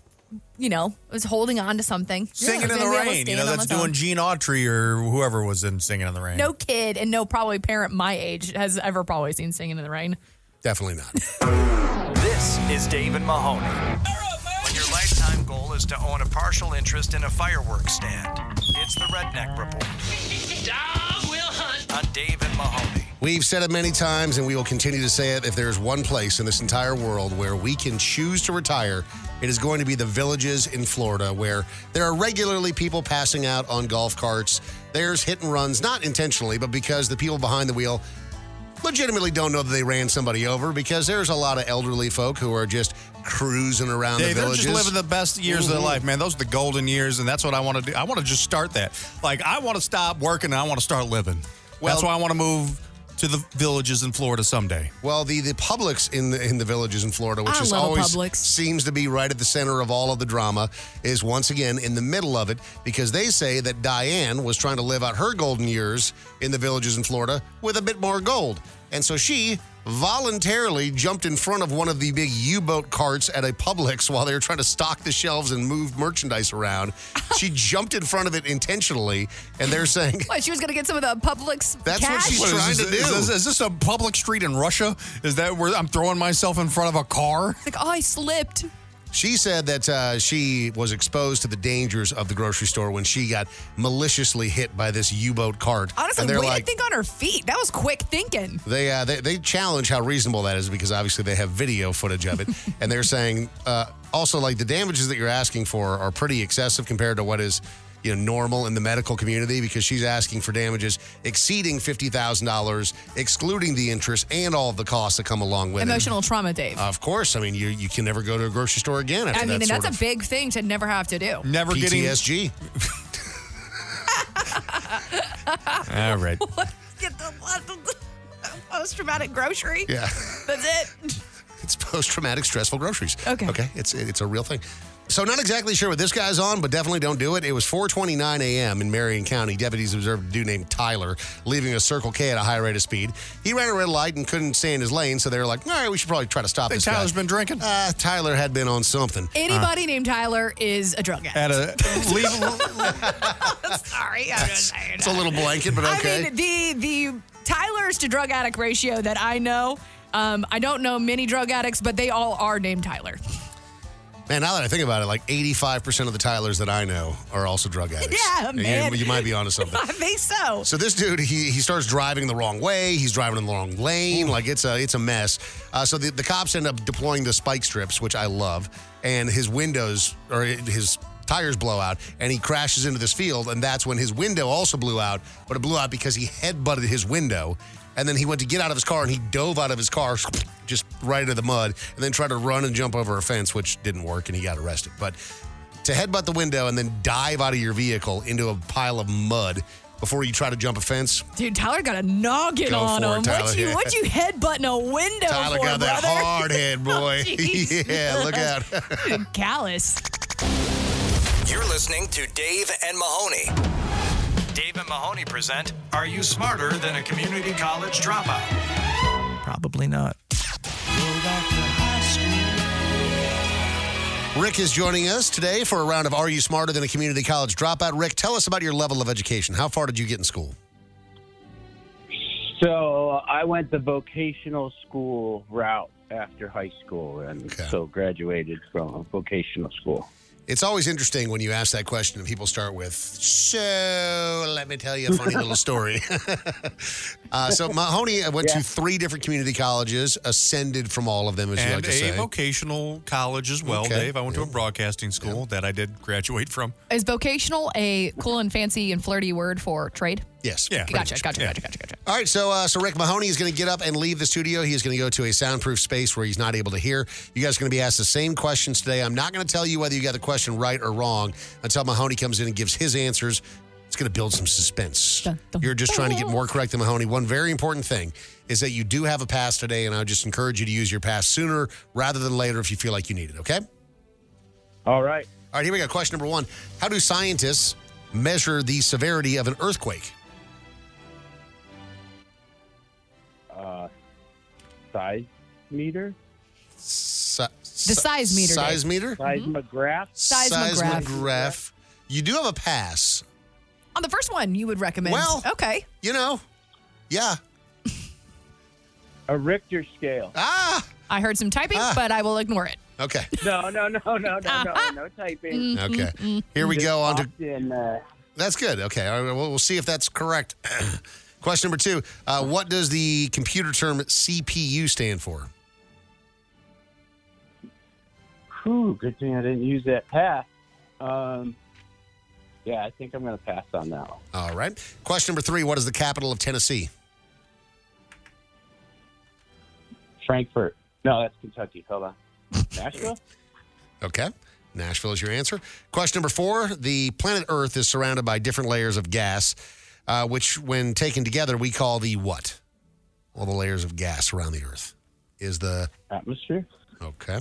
Speaker 3: You know, it was holding on to something.
Speaker 4: Singing
Speaker 3: It was
Speaker 4: in
Speaker 3: gonna
Speaker 4: the
Speaker 3: be able to
Speaker 4: rain, you
Speaker 3: stand
Speaker 4: know,
Speaker 3: on
Speaker 4: that's
Speaker 3: its own.
Speaker 4: doing Gene Autry or whoever was in Singing in the Rain.
Speaker 3: No kid and no probably parent my age has ever probably seen Singing in the Rain.
Speaker 2: Definitely not.
Speaker 16: This is David Mahoney. When your lifetime goal is to own a partial interest in a fireworks stand, it's the Redneck Report. Dog will hunt. On Dave and Mahoney.
Speaker 2: We've said it many times, and we will continue to say it. If there is one place in this entire world where we can choose to retire, it is going to be the villages in Florida, where there are regularly people passing out on golf carts. There's hit and runs, not intentionally, but because the people behind the wheel legitimately don't know that they ran somebody over because there's a lot of elderly folk who are just cruising around
Speaker 17: Dave,
Speaker 2: the
Speaker 17: they're
Speaker 2: villages.
Speaker 17: just living the best years of their
Speaker 2: Mhm.
Speaker 17: life, man. Those are the golden years, and that's what I want to do. I want to just start that. Like, I want to stop working and I want to start living. that's why I want to move to the villages in Florida someday.
Speaker 2: Well, the the Publix in the in the villages in Florida, which
Speaker 17: I
Speaker 2: is
Speaker 17: love a
Speaker 2: always
Speaker 17: Publix.
Speaker 2: seems to be right at the center of all of the drama, is once again in the middle of it because they say that Diane was trying to live out her golden years in the villages in Florida with a bit more gold, and so she voluntarily jumped in front of one of the big U-boat carts at a Publix while they were trying to stock the shelves and move merchandise around. she jumped in front of it intentionally, and they're saying
Speaker 3: What, she was going to get some of the Publix
Speaker 2: That's what
Speaker 3: cash?
Speaker 2: she's
Speaker 17: What is
Speaker 2: trying
Speaker 17: this?
Speaker 2: to do.
Speaker 17: Is this, is this a public street in Russia? Is that where I'm throwing myself in front of a car?
Speaker 3: It's like, oh, I slipped.
Speaker 2: She said that uh, she was exposed to the dangers of the grocery store when she got maliciously hit by this U-boat cart.
Speaker 3: Honestly,
Speaker 2: and
Speaker 3: we
Speaker 2: they're
Speaker 3: didn't
Speaker 2: like,
Speaker 3: think on her feet. That was quick thinking.
Speaker 2: they, uh, they they challenge how reasonable that is because obviously they have video footage of it, and they're saying uh, also like the damages that you're asking for are pretty excessive compared to what is you know normal in the medical community because she's asking for damages exceeding fifty thousand dollars, excluding the interest and all of the costs that come along with
Speaker 3: Emotional
Speaker 2: it.
Speaker 3: trauma, Dave.
Speaker 2: Of course, I mean you you can never go to a grocery store again. After
Speaker 3: I mean,
Speaker 2: Uh, that
Speaker 3: and
Speaker 2: sort
Speaker 3: that's
Speaker 2: of
Speaker 3: a big thing to never have to do.
Speaker 17: Never getting-
Speaker 2: PTSG.
Speaker 17: All right.
Speaker 3: Get the post traumatic grocery.
Speaker 2: Yeah.
Speaker 3: That's it.
Speaker 2: It's post traumatic stressful groceries.
Speaker 3: Okay.
Speaker 2: Okay. It's it's a real thing. So not exactly sure what this guy's on, but definitely don't do it. It was 4:29 a.m. in Marion County. Deputies observed a dude named Tyler leaving a Circle K at a high rate of speed. He ran a red light and couldn't stay in his lane, so they were like, "All right, we should probably try to stop
Speaker 17: Think
Speaker 2: this
Speaker 17: Tyler's
Speaker 2: guy."
Speaker 17: been drinking?
Speaker 2: Uh, Tyler had been on something.
Speaker 3: Anybody named Tyler is a drug addict.
Speaker 17: At a leave.
Speaker 3: Sorry. I'm just saying.
Speaker 2: It's a little blanket, but okay.
Speaker 3: I mean, the the Tyler's to drug addict ratio that I know. Um, I don't know many drug addicts, but they all are named Tyler.
Speaker 2: Man, now that I think about it, like 85% of the Tylers that I know are also drug addicts.
Speaker 3: Yeah,
Speaker 2: You-
Speaker 3: man.
Speaker 2: You, might be onto something.
Speaker 3: I think so.
Speaker 2: So this dude, he, he starts driving the wrong way. He's driving in the wrong lane. Like it's a it's a mess. Uh, so the, the cops end up deploying the spike strips, which I love, and his windows or his tires blow out, and he crashes into this field, and that's when his window also blew out. But it blew out because he headbutted his window, and then he went to get out of his car, and he dove out of his car, just right into the mud, and then tried to run and jump over a fence, which didn't work, and he got arrested. But to headbutt the window and then dive out of your vehicle into a pile of mud before you try to jump a fence.
Speaker 3: Dude, Tyler got a noggin
Speaker 2: Go
Speaker 3: on
Speaker 2: for it,
Speaker 3: him.
Speaker 2: Tyler.
Speaker 3: what you what you headbutting a window
Speaker 2: Tyler
Speaker 3: for,
Speaker 2: got that
Speaker 3: Oh, brother? Oh,
Speaker 2: hard head, boy.
Speaker 3: Jeez.
Speaker 2: yeah, look out.
Speaker 3: Dude, Callous.
Speaker 16: You're listening to Dave and Mahoney. Dave and Mahoney present Are You Smarter Than a Community College Dropout?
Speaker 18: Probably not.
Speaker 2: Rick is joining us today for a round of Are You Smarter Than a Community College Dropout? Rick, tell us about your level of education. How far did you get in school?
Speaker 9: So I went the vocational school route after high school, and so graduated from vocational school.
Speaker 2: It's always interesting when you ask that question and people start with, so let me tell you a funny little story. uh, so Mahoney went to three different community colleges, ascended from all of them, as you
Speaker 17: and
Speaker 2: like to
Speaker 17: a
Speaker 2: say.
Speaker 17: vocational college as well,
Speaker 2: Okay.
Speaker 17: Dave. I went to a broadcasting school that I did graduate from.
Speaker 3: Is vocational a cool and fancy and flirty word for trade?
Speaker 2: Yes.
Speaker 4: Yeah.
Speaker 3: Gotcha, gotcha, gotcha, gotcha, gotcha.
Speaker 2: All right, so uh, so Rick Mahoney is going to get up and leave the studio. He is going to go to a soundproof space where he's not able to hear. You guys are going to be asked the same questions today. I'm not going to tell you whether you got the question right or wrong until Mahoney comes in and gives his answers. It's going to build some suspense. You're just trying to get more correct than Mahoney. One very important thing is that you do have a pass today, and I would just encourage you to use your pass sooner rather than later if you feel like you need it. Okay.
Speaker 9: All right.
Speaker 2: All right. Here we go. Question number one: How do scientists measure the severity of an earthquake?
Speaker 9: Uh, size meter?
Speaker 2: Si-
Speaker 3: The size meter, Dave. Mm-hmm.
Speaker 2: Size meter?
Speaker 9: Seismograph.
Speaker 3: Seismograph.
Speaker 2: Seismograph. You do have a pass.
Speaker 3: On the first one, you would recommend.
Speaker 2: Well,
Speaker 3: okay.
Speaker 2: You know, yeah.
Speaker 9: A Richter scale.
Speaker 2: Ah!
Speaker 3: I heard some typing, but I will ignore it.
Speaker 2: Okay. Mm-hmm.
Speaker 9: No, no, no, no, no, no, no typing.
Speaker 2: Okay. Here we
Speaker 9: Just
Speaker 2: go on to.
Speaker 9: popped in, uh,
Speaker 2: That's good. Okay. All right, we'll, we'll see if that's correct. Question number two uh, What does the computer term CPU stand for?
Speaker 9: whew, good thing I didn't use that pass. Um, yeah, I think I'm going to pass on that one.
Speaker 2: All right. Question number three What is the capital of Tennessee?
Speaker 9: Frankfurt. No, that's Kentucky. Hold on. Nashville?
Speaker 2: Okay. Nashville is your answer. Question number four The planet Earth is surrounded by different layers of gas, uh, which, when taken together, we call the what? All the layers of gas around the Earth is the
Speaker 9: atmosphere.
Speaker 2: Okay.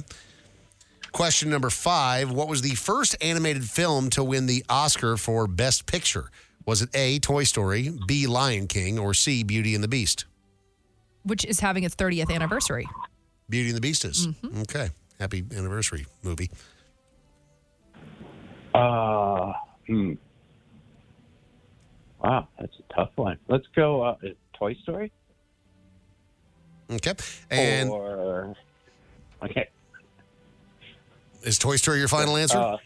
Speaker 2: Question number five What was the first animated film to win the Oscar for Best Picture? Was it A, Toy Story, B, Lion King, or C, Beauty and the Beast?
Speaker 3: Which is having its 30th anniversary.
Speaker 2: Beauty and the Beast is. Okay. Happy anniversary movie.
Speaker 9: Uh, hmm. Wow, that's a tough one. Let's go uh, Toy Story.
Speaker 2: Okay. And
Speaker 29: Oh, uh,
Speaker 9: or okay.
Speaker 2: Is Toy Story your final answer?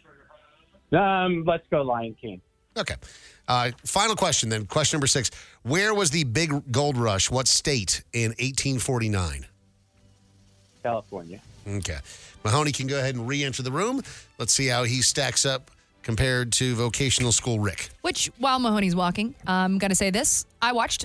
Speaker 9: Uh, um, let's go Lion King.
Speaker 2: Okay. Uh, final question then. Question number six. Where was the big gold rush? What state in 1849?
Speaker 9: California.
Speaker 2: Okay. Mahoney can go ahead and re enter the room. Let's see how he stacks up compared to vocational school Rick.
Speaker 3: Which, while Mahoney's walking, I'm going to say this. I watched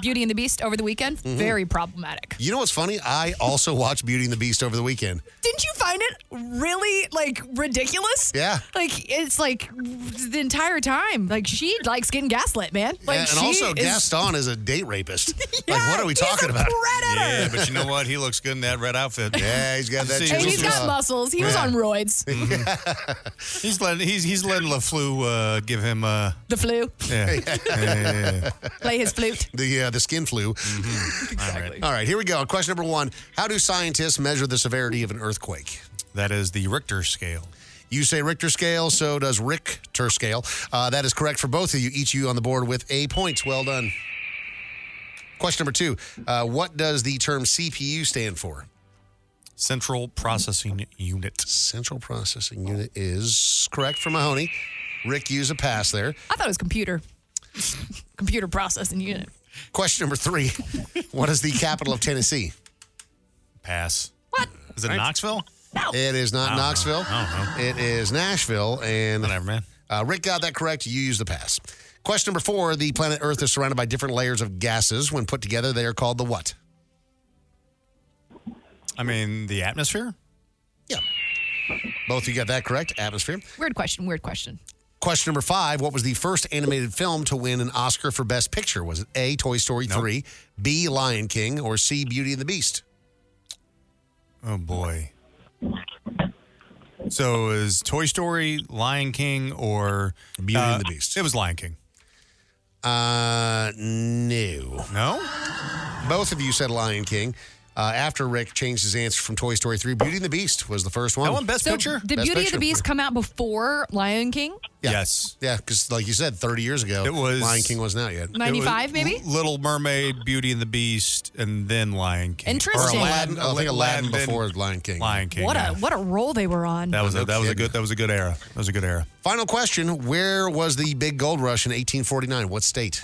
Speaker 3: Beauty and the Beast over the weekend.
Speaker 2: Mhm.
Speaker 3: Very problematic.
Speaker 2: You know what's funny? I also watched Beauty and the Beast over the weekend.
Speaker 3: Didn't you find it really, like, ridiculous?
Speaker 2: Yeah.
Speaker 3: Like, it's like the entire time. Like, she likes getting gaslit, man. Like,
Speaker 2: and
Speaker 3: she
Speaker 2: also,
Speaker 3: is-
Speaker 2: Gaston is a date rapist. like, what are we talking about?
Speaker 4: Yeah, but you know what? He looks good in that red outfit.
Speaker 2: Yeah, he's got that
Speaker 4: See,
Speaker 3: And he's got muscles. He was on roids.
Speaker 4: He's letting he's he's letting LaFleur uh, give him uh,
Speaker 3: The flu.
Speaker 4: yeah. yeah, yeah, yeah.
Speaker 3: Play his flute.
Speaker 2: The uh, the skin flu.
Speaker 4: Exactly.
Speaker 2: All right, here we go. Question number one: How do scientists measure the severity of an earthquake?
Speaker 4: That is the Richter scale.
Speaker 2: You say Richter scale, so does Richter scale. Uh, that is correct for both of you. Each of you on the board with a point. Well done. Question number two: uh, What does the term CPU stand for?
Speaker 4: Central processing unit.
Speaker 2: Central processing unit is correct for Mahoney. Rick used a pass there.
Speaker 3: I thought it was computer. computer processing unit.
Speaker 2: Question number three: What is the capital of Tennessee?
Speaker 4: Pass. What? Is it Knoxville?
Speaker 2: It is not
Speaker 4: I don't know.
Speaker 2: Knoxville.
Speaker 4: I
Speaker 2: It is Nashville. And
Speaker 4: Whatever, man.
Speaker 2: Uh, Rick got that correct. You used the pass. Question number four: The planet Earth is surrounded by different layers of gases. When put together, they are called the what?
Speaker 4: I mean, the atmosphere?
Speaker 2: Both you got that correct. Atmosphere.
Speaker 3: Weird question. Weird question.
Speaker 2: Question number five: What was the first animated film to win an Oscar for Best Picture? Was it A. Toy Story three, B. Lion King, or C. Beauty and the Beast?
Speaker 4: Oh boy. So is Toy Story, Lion King, or Beauty
Speaker 2: and the Beast?
Speaker 4: It was Lion King.
Speaker 2: Uh, no.
Speaker 4: No?
Speaker 2: Both of you said Lion King. Uh, after Rick changed his answer from Toy Story 3, Beauty and the Beast was the first one.
Speaker 3: So Did Beauty and the Beast come out before Lion King?
Speaker 4: Yes.
Speaker 2: Yeah, because like you said, 30 years ago,
Speaker 4: It was
Speaker 2: Lion King wasn't out yet.
Speaker 4: it was
Speaker 3: 95 maybe?
Speaker 4: L- Little Mermaid, Beauty and the Beast, and then Lion King.
Speaker 3: Interesting.
Speaker 2: Aladdin- I think Aladdin
Speaker 4: then
Speaker 2: before Lion King.
Speaker 4: Lion King.
Speaker 3: What
Speaker 4: yeah.
Speaker 3: a what a role they were on.
Speaker 4: that was a, that was a good that was a good era. That was a good era.
Speaker 2: Final question Where was the big gold rush in 1849? What state?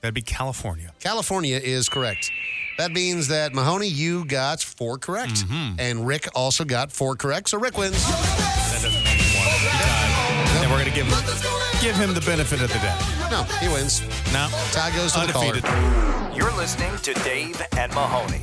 Speaker 4: That'd be California.
Speaker 2: California is correct. That means that Mahoney, you got four correct.
Speaker 4: Mm-hmm.
Speaker 2: And Rick also got four correct. So Rick wins.
Speaker 4: That doesn't mean one. And we're gonna to give him, give him the benefit of the doubt.
Speaker 2: No, he wins.
Speaker 4: No.
Speaker 2: Tie goes to the caller.
Speaker 4: Undefeated.
Speaker 16: You're listening to Dave and Mahoney.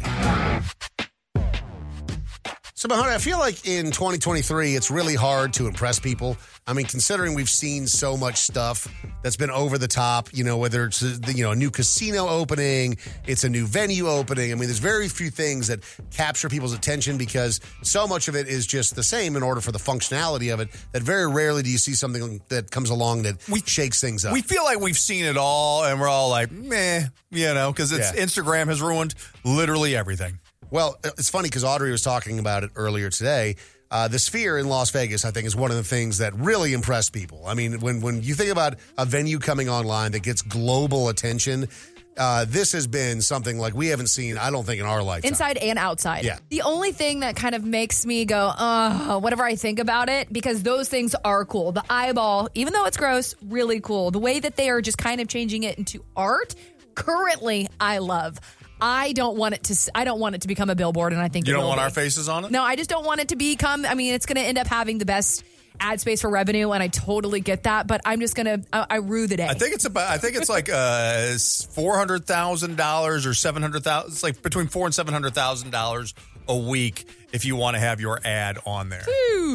Speaker 2: So, Mahoney, I feel like in 2023, it's really hard to impress people. I mean, considering we've seen so much stuff that's been over the top, you know, whether it's uh, the, you know a new casino opening, it's a new venue opening. I mean, there's very few things that capture people's attention because so much of it is just the same in order for the functionality of it. That very rarely do you see something that comes along that shakes things up.
Speaker 4: We feel like we've seen it all, and we're all like, meh, you know, because it's
Speaker 2: Yeah.
Speaker 4: Instagram has ruined literally everything.
Speaker 2: Well, uh, it's funny because Audrey was talking about it earlier today. Uh, the Sphere in Las Vegas, I think, is one of the things that really impressed people. I mean, when when you think about a venue coming online that gets global attention, uh, this has been something like we haven't seen, I don't think, in our lifetime.
Speaker 3: Inside and outside.
Speaker 2: Yeah.
Speaker 3: The only thing that kind of makes me go, oh, whatever I think about it, because those things are cool. The eyeball, even though it's gross, really cool. The way that they are just kind of changing it into art, currently, I love. I don't want it to. s- I don't want it to become a billboard, and I think
Speaker 4: You
Speaker 3: it
Speaker 4: don't
Speaker 3: will
Speaker 4: want
Speaker 3: be.
Speaker 4: our faces on it?
Speaker 3: No, I just don't want it to become. I mean, it's going to end up having the best ad space for revenue, and I totally get that. But I'm just going to. I, I rue the day.
Speaker 4: I think it's about. I think it's like uh, four hundred thousand dollars or seven hundred thousand. It's like between four and seven hundred thousand dollars a week if you want to have your ad on there.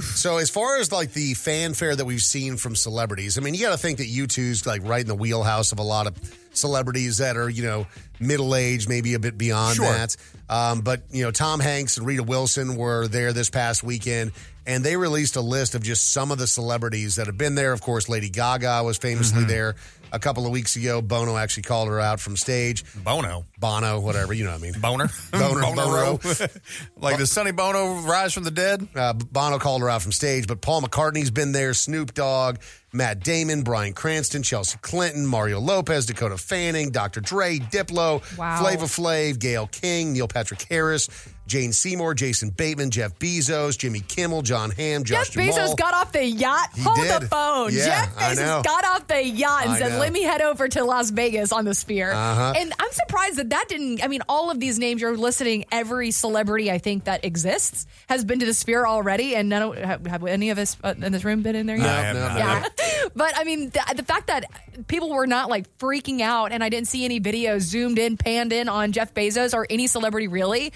Speaker 2: So as far as like the fanfare that we've seen from celebrities, I mean, you got to think that you two's like right in the wheelhouse of a lot of celebrities that are you know middle aged, maybe a bit beyond
Speaker 4: Sure.
Speaker 2: that. Um, but you know, Tom Hanks and Rita Wilson were there this past weekend, and they released a list of just some of the celebrities that have been there. Of course, Lady Gaga was famously there a couple of weeks ago. Bono actually called her out from stage.
Speaker 4: Bono,
Speaker 2: Bono, whatever you know what I mean.
Speaker 4: Boner,
Speaker 2: Boner,
Speaker 4: Bonero.
Speaker 2: Bonero.
Speaker 4: like the Sonny Bono rise from the dead.
Speaker 2: Uh, Bono called her out from stage, but Paul McCartney's been there, Snoop Dogg, Matt Damon, Brian Cranston, Chelsea Clinton, Mario Lopez, Dakota Fanning, Dr. Dre, Diplo,
Speaker 12: Wow.
Speaker 2: Flava Flav, Gail King, Neil Patrick Harris, Jane Seymour, Jason Bateman, Jeff Bezos, Jimmy Kimmel, John Hamm, Josh
Speaker 3: Jeff Bezos
Speaker 2: Duhamel.
Speaker 3: got off the yacht.
Speaker 2: He
Speaker 3: Hold the
Speaker 2: did.
Speaker 3: phone.
Speaker 2: Yeah,
Speaker 3: Jeff
Speaker 2: I know.
Speaker 3: Bezos got off the yacht and
Speaker 2: I
Speaker 3: said,
Speaker 2: know.
Speaker 3: "Let me head over to Las Vegas on the Sphere."
Speaker 2: Uh-huh.
Speaker 3: And I'm surprised that that didn't. I mean, all of these names you're listening, every celebrity I think that exists has been to the Sphere already, and none of, have, have any of us uh, in this room been in there
Speaker 2: No,
Speaker 3: yet?
Speaker 2: I have not.
Speaker 3: yeah. but I mean, the, the fact that people were not like freaking out, and I didn't see any videos zoomed in, panned in on Jeff Bezos or any celebrity really.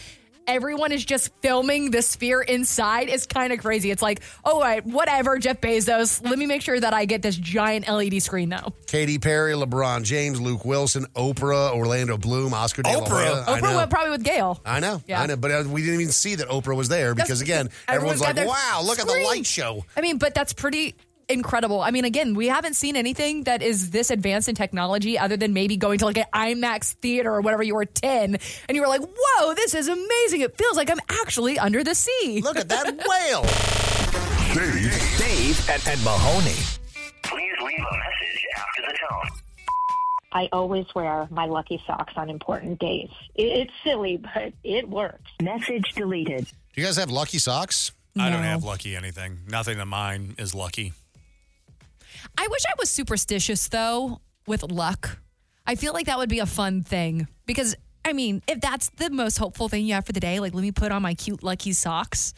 Speaker 3: Everyone is just filming the sphere inside. It's kind of crazy. It's like, oh, I, whatever, Jeff Bezos. Let me make sure that I get this giant LED screen though.
Speaker 2: Katy Perry, LeBron James, Luke Wilson, Oprah, Orlando Bloom, Oscar De La
Speaker 3: Oprah.
Speaker 2: Hoya. I
Speaker 3: Oprah
Speaker 2: know.
Speaker 3: went probably with Gail.
Speaker 2: I know,
Speaker 3: Yeah.
Speaker 2: I know, but uh, we didn't even see that Oprah was there because again, everyone's,
Speaker 3: everyone's got
Speaker 2: like,
Speaker 3: their
Speaker 2: "Wow, look at the
Speaker 3: screen."
Speaker 2: light show."
Speaker 3: I mean, but that's pretty incredible. I mean, again, we haven't seen anything that is this advanced in technology other than maybe going to like an IMAX theater or whatever you were 10 and you were like, whoa, this is amazing. It feels like I'm actually under the sea.
Speaker 2: Look at that whale.
Speaker 16: Dave, Dave and, and Mahoney. Please leave a message after the tone.
Speaker 14: I always wear my lucky socks on important days. It, it's silly, but it works. Message deleted.
Speaker 2: Do you guys have lucky socks?
Speaker 4: I don't have lucky anything. Nothing of mine is lucky.
Speaker 29: I wish I was superstitious though with luck. I feel like that would be a fun thing because I mean, if that's the most hopeful thing you have for the day, like let me put on my cute lucky socks.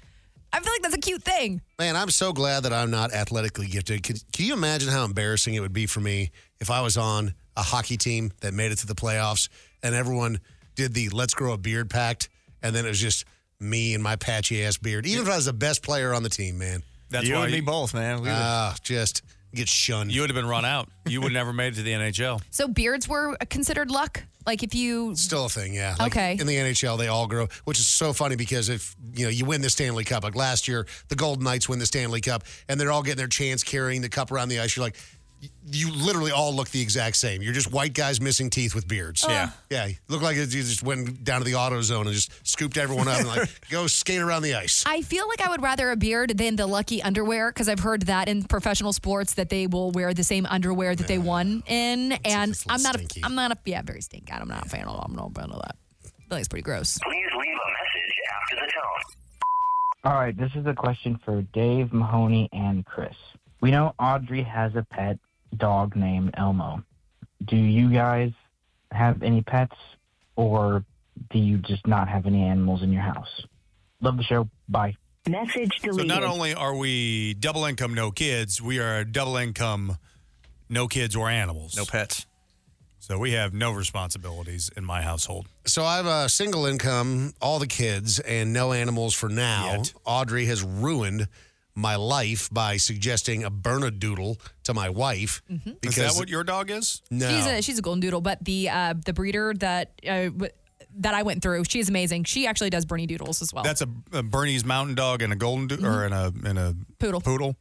Speaker 29: I feel like that's a cute thing.
Speaker 2: Man, I'm so glad that I'm not athletically gifted. Could, can you imagine how embarrassing it would be for me if I was on a hockey team that made it to the playoffs and everyone did the let's grow a beard pact and then it was just me and my patchy ass beard. Even if I was the best player on the team, man.
Speaker 4: That's You why and me you- both, man. We would-
Speaker 2: Ah, just get shunned.
Speaker 4: You would have been run out. You would never made it to the NHL.
Speaker 29: So beards were considered luck? Like if you
Speaker 2: Still a thing, yeah. Like,
Speaker 29: Okay.
Speaker 2: In the NHL, they all grow, which is so funny because if you know you win the Stanley Cup, like last year, the Golden Knights win the Stanley Cup, and they're all getting their chance carrying the cup around the ice. You're like, y- you literally all look the exact same. You're just white guys missing teeth with beards.
Speaker 4: Yeah. Ugh.
Speaker 2: yeah. you Look like you just went down to the auto zone and just scooped everyone up and like go skate around the ice.
Speaker 29: I feel like I would rather a beard than the lucky underwear because I've heard that in professional sports that they will wear the same underwear that they won in, and I'm not. A, I'm not a yeah, very stinky. I'm not a fan of. I'm not a fan of that. I think it's pretty gross.
Speaker 16: Please leave a message after the tone.
Speaker 12: All right, this is a question for Dave, Mahoney, and Chris. We know Audrey has a pet dog named Elmo. Do you guys have any pets, or do you just not have any animals in your house? Love the show. Bye.
Speaker 31: Message
Speaker 4: So
Speaker 31: deleted.
Speaker 4: not only are we double income, no kids, we are double income, no kids or animals, no
Speaker 18: pets.
Speaker 4: So we have no responsibilities in my household.
Speaker 2: So I have a single income, all the kids, and no animals for now. Audrey has ruined my life by suggesting a Bernedoodle to my wife.
Speaker 3: Mm-hmm.
Speaker 4: Is that what your dog is?
Speaker 2: No.
Speaker 3: She's a she's a golden doodle, but the uh, the breeder that uh, w- that I went through, she's amazing. She actually does Bernie doodles as well.
Speaker 4: That's a, a Bernese Mountain Dog and a golden do- or and a and a
Speaker 3: poodle.
Speaker 4: Poodle.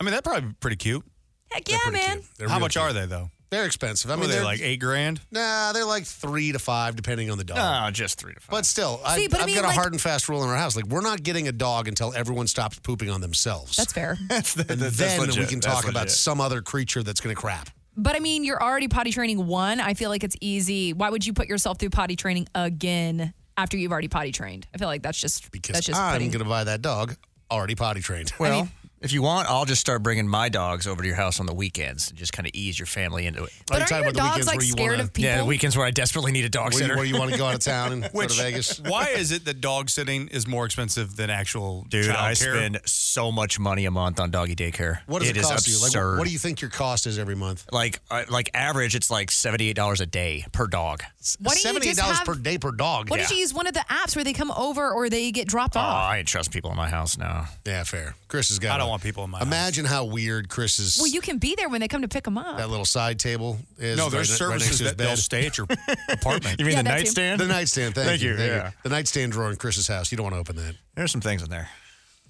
Speaker 4: I mean, that probably pretty cute.
Speaker 3: Heck yeah, man!
Speaker 4: How much are they though?
Speaker 2: They're expensive. I
Speaker 4: What
Speaker 2: mean,
Speaker 4: are they
Speaker 2: they're-
Speaker 4: like eight grand.
Speaker 2: Nah, they're like three to five, depending on the dog.
Speaker 4: No, just three to five.
Speaker 2: But still, I,
Speaker 3: See, but I
Speaker 2: have
Speaker 3: mean,
Speaker 2: got a
Speaker 3: like-
Speaker 2: hard and fast rule in our house. Like, we're not getting a dog until everyone stops pooping on themselves.
Speaker 3: That's fair.
Speaker 2: and
Speaker 4: that's
Speaker 2: then we
Speaker 4: legit.
Speaker 2: can
Speaker 4: That's
Speaker 2: talk about
Speaker 4: legit.
Speaker 2: some other creature that's going to crap.
Speaker 3: But I mean, you're already potty training one. I feel like it's easy. Why would you put yourself through potty training again after you've already potty trained? I feel like that's just that's just
Speaker 2: I'm
Speaker 3: putting-
Speaker 2: going to buy that dog already potty trained.
Speaker 18: Well, if you want, I'll just start bringing my dogs over to your house on the weekends and just kind of ease your family into it.
Speaker 3: But Are you aren't talking your about the dogs, weekends like, where you scared wanna- of people?
Speaker 18: Yeah, the weekends where I desperately need a
Speaker 2: Where
Speaker 18: dog
Speaker 2: you-
Speaker 18: sitter.
Speaker 2: where you wanna go out of town and
Speaker 4: Which, why is it that dog sitting is more expensive than actual
Speaker 18: Dude,
Speaker 4: child
Speaker 18: I
Speaker 4: care?
Speaker 18: spend so much money a month on doggy daycare.
Speaker 2: What does it,
Speaker 18: is
Speaker 2: cost you? Like,
Speaker 18: absurd.
Speaker 2: what do you think your cost is every month?
Speaker 18: like uh, like average? It's like seventy eight dollars a day per dog.
Speaker 3: Why don't you just have-
Speaker 2: day per dog.
Speaker 3: Why don't you use one of the apps where they come over or they get dropped
Speaker 18: Oh,
Speaker 3: off?
Speaker 18: I ain't trust people in my house now.
Speaker 2: Yeah, fair. Chris has got.
Speaker 4: I don't want people in my.
Speaker 2: Imagine how weird Chris's
Speaker 3: Well, you can be there when they come to pick them up.
Speaker 2: that little side table is.
Speaker 4: No,
Speaker 2: right
Speaker 4: there's
Speaker 2: ne- right next
Speaker 4: services
Speaker 2: to his
Speaker 4: that they'll
Speaker 2: bed.
Speaker 4: stay at your apartment.
Speaker 18: You mean Yeah, the that too. nightstand?
Speaker 2: The nightstand. Thank,
Speaker 18: Thank you,
Speaker 2: Thank
Speaker 18: yeah.
Speaker 2: The nightstand drawer in Chris's house. You don't want to open that.
Speaker 18: There's some things in there.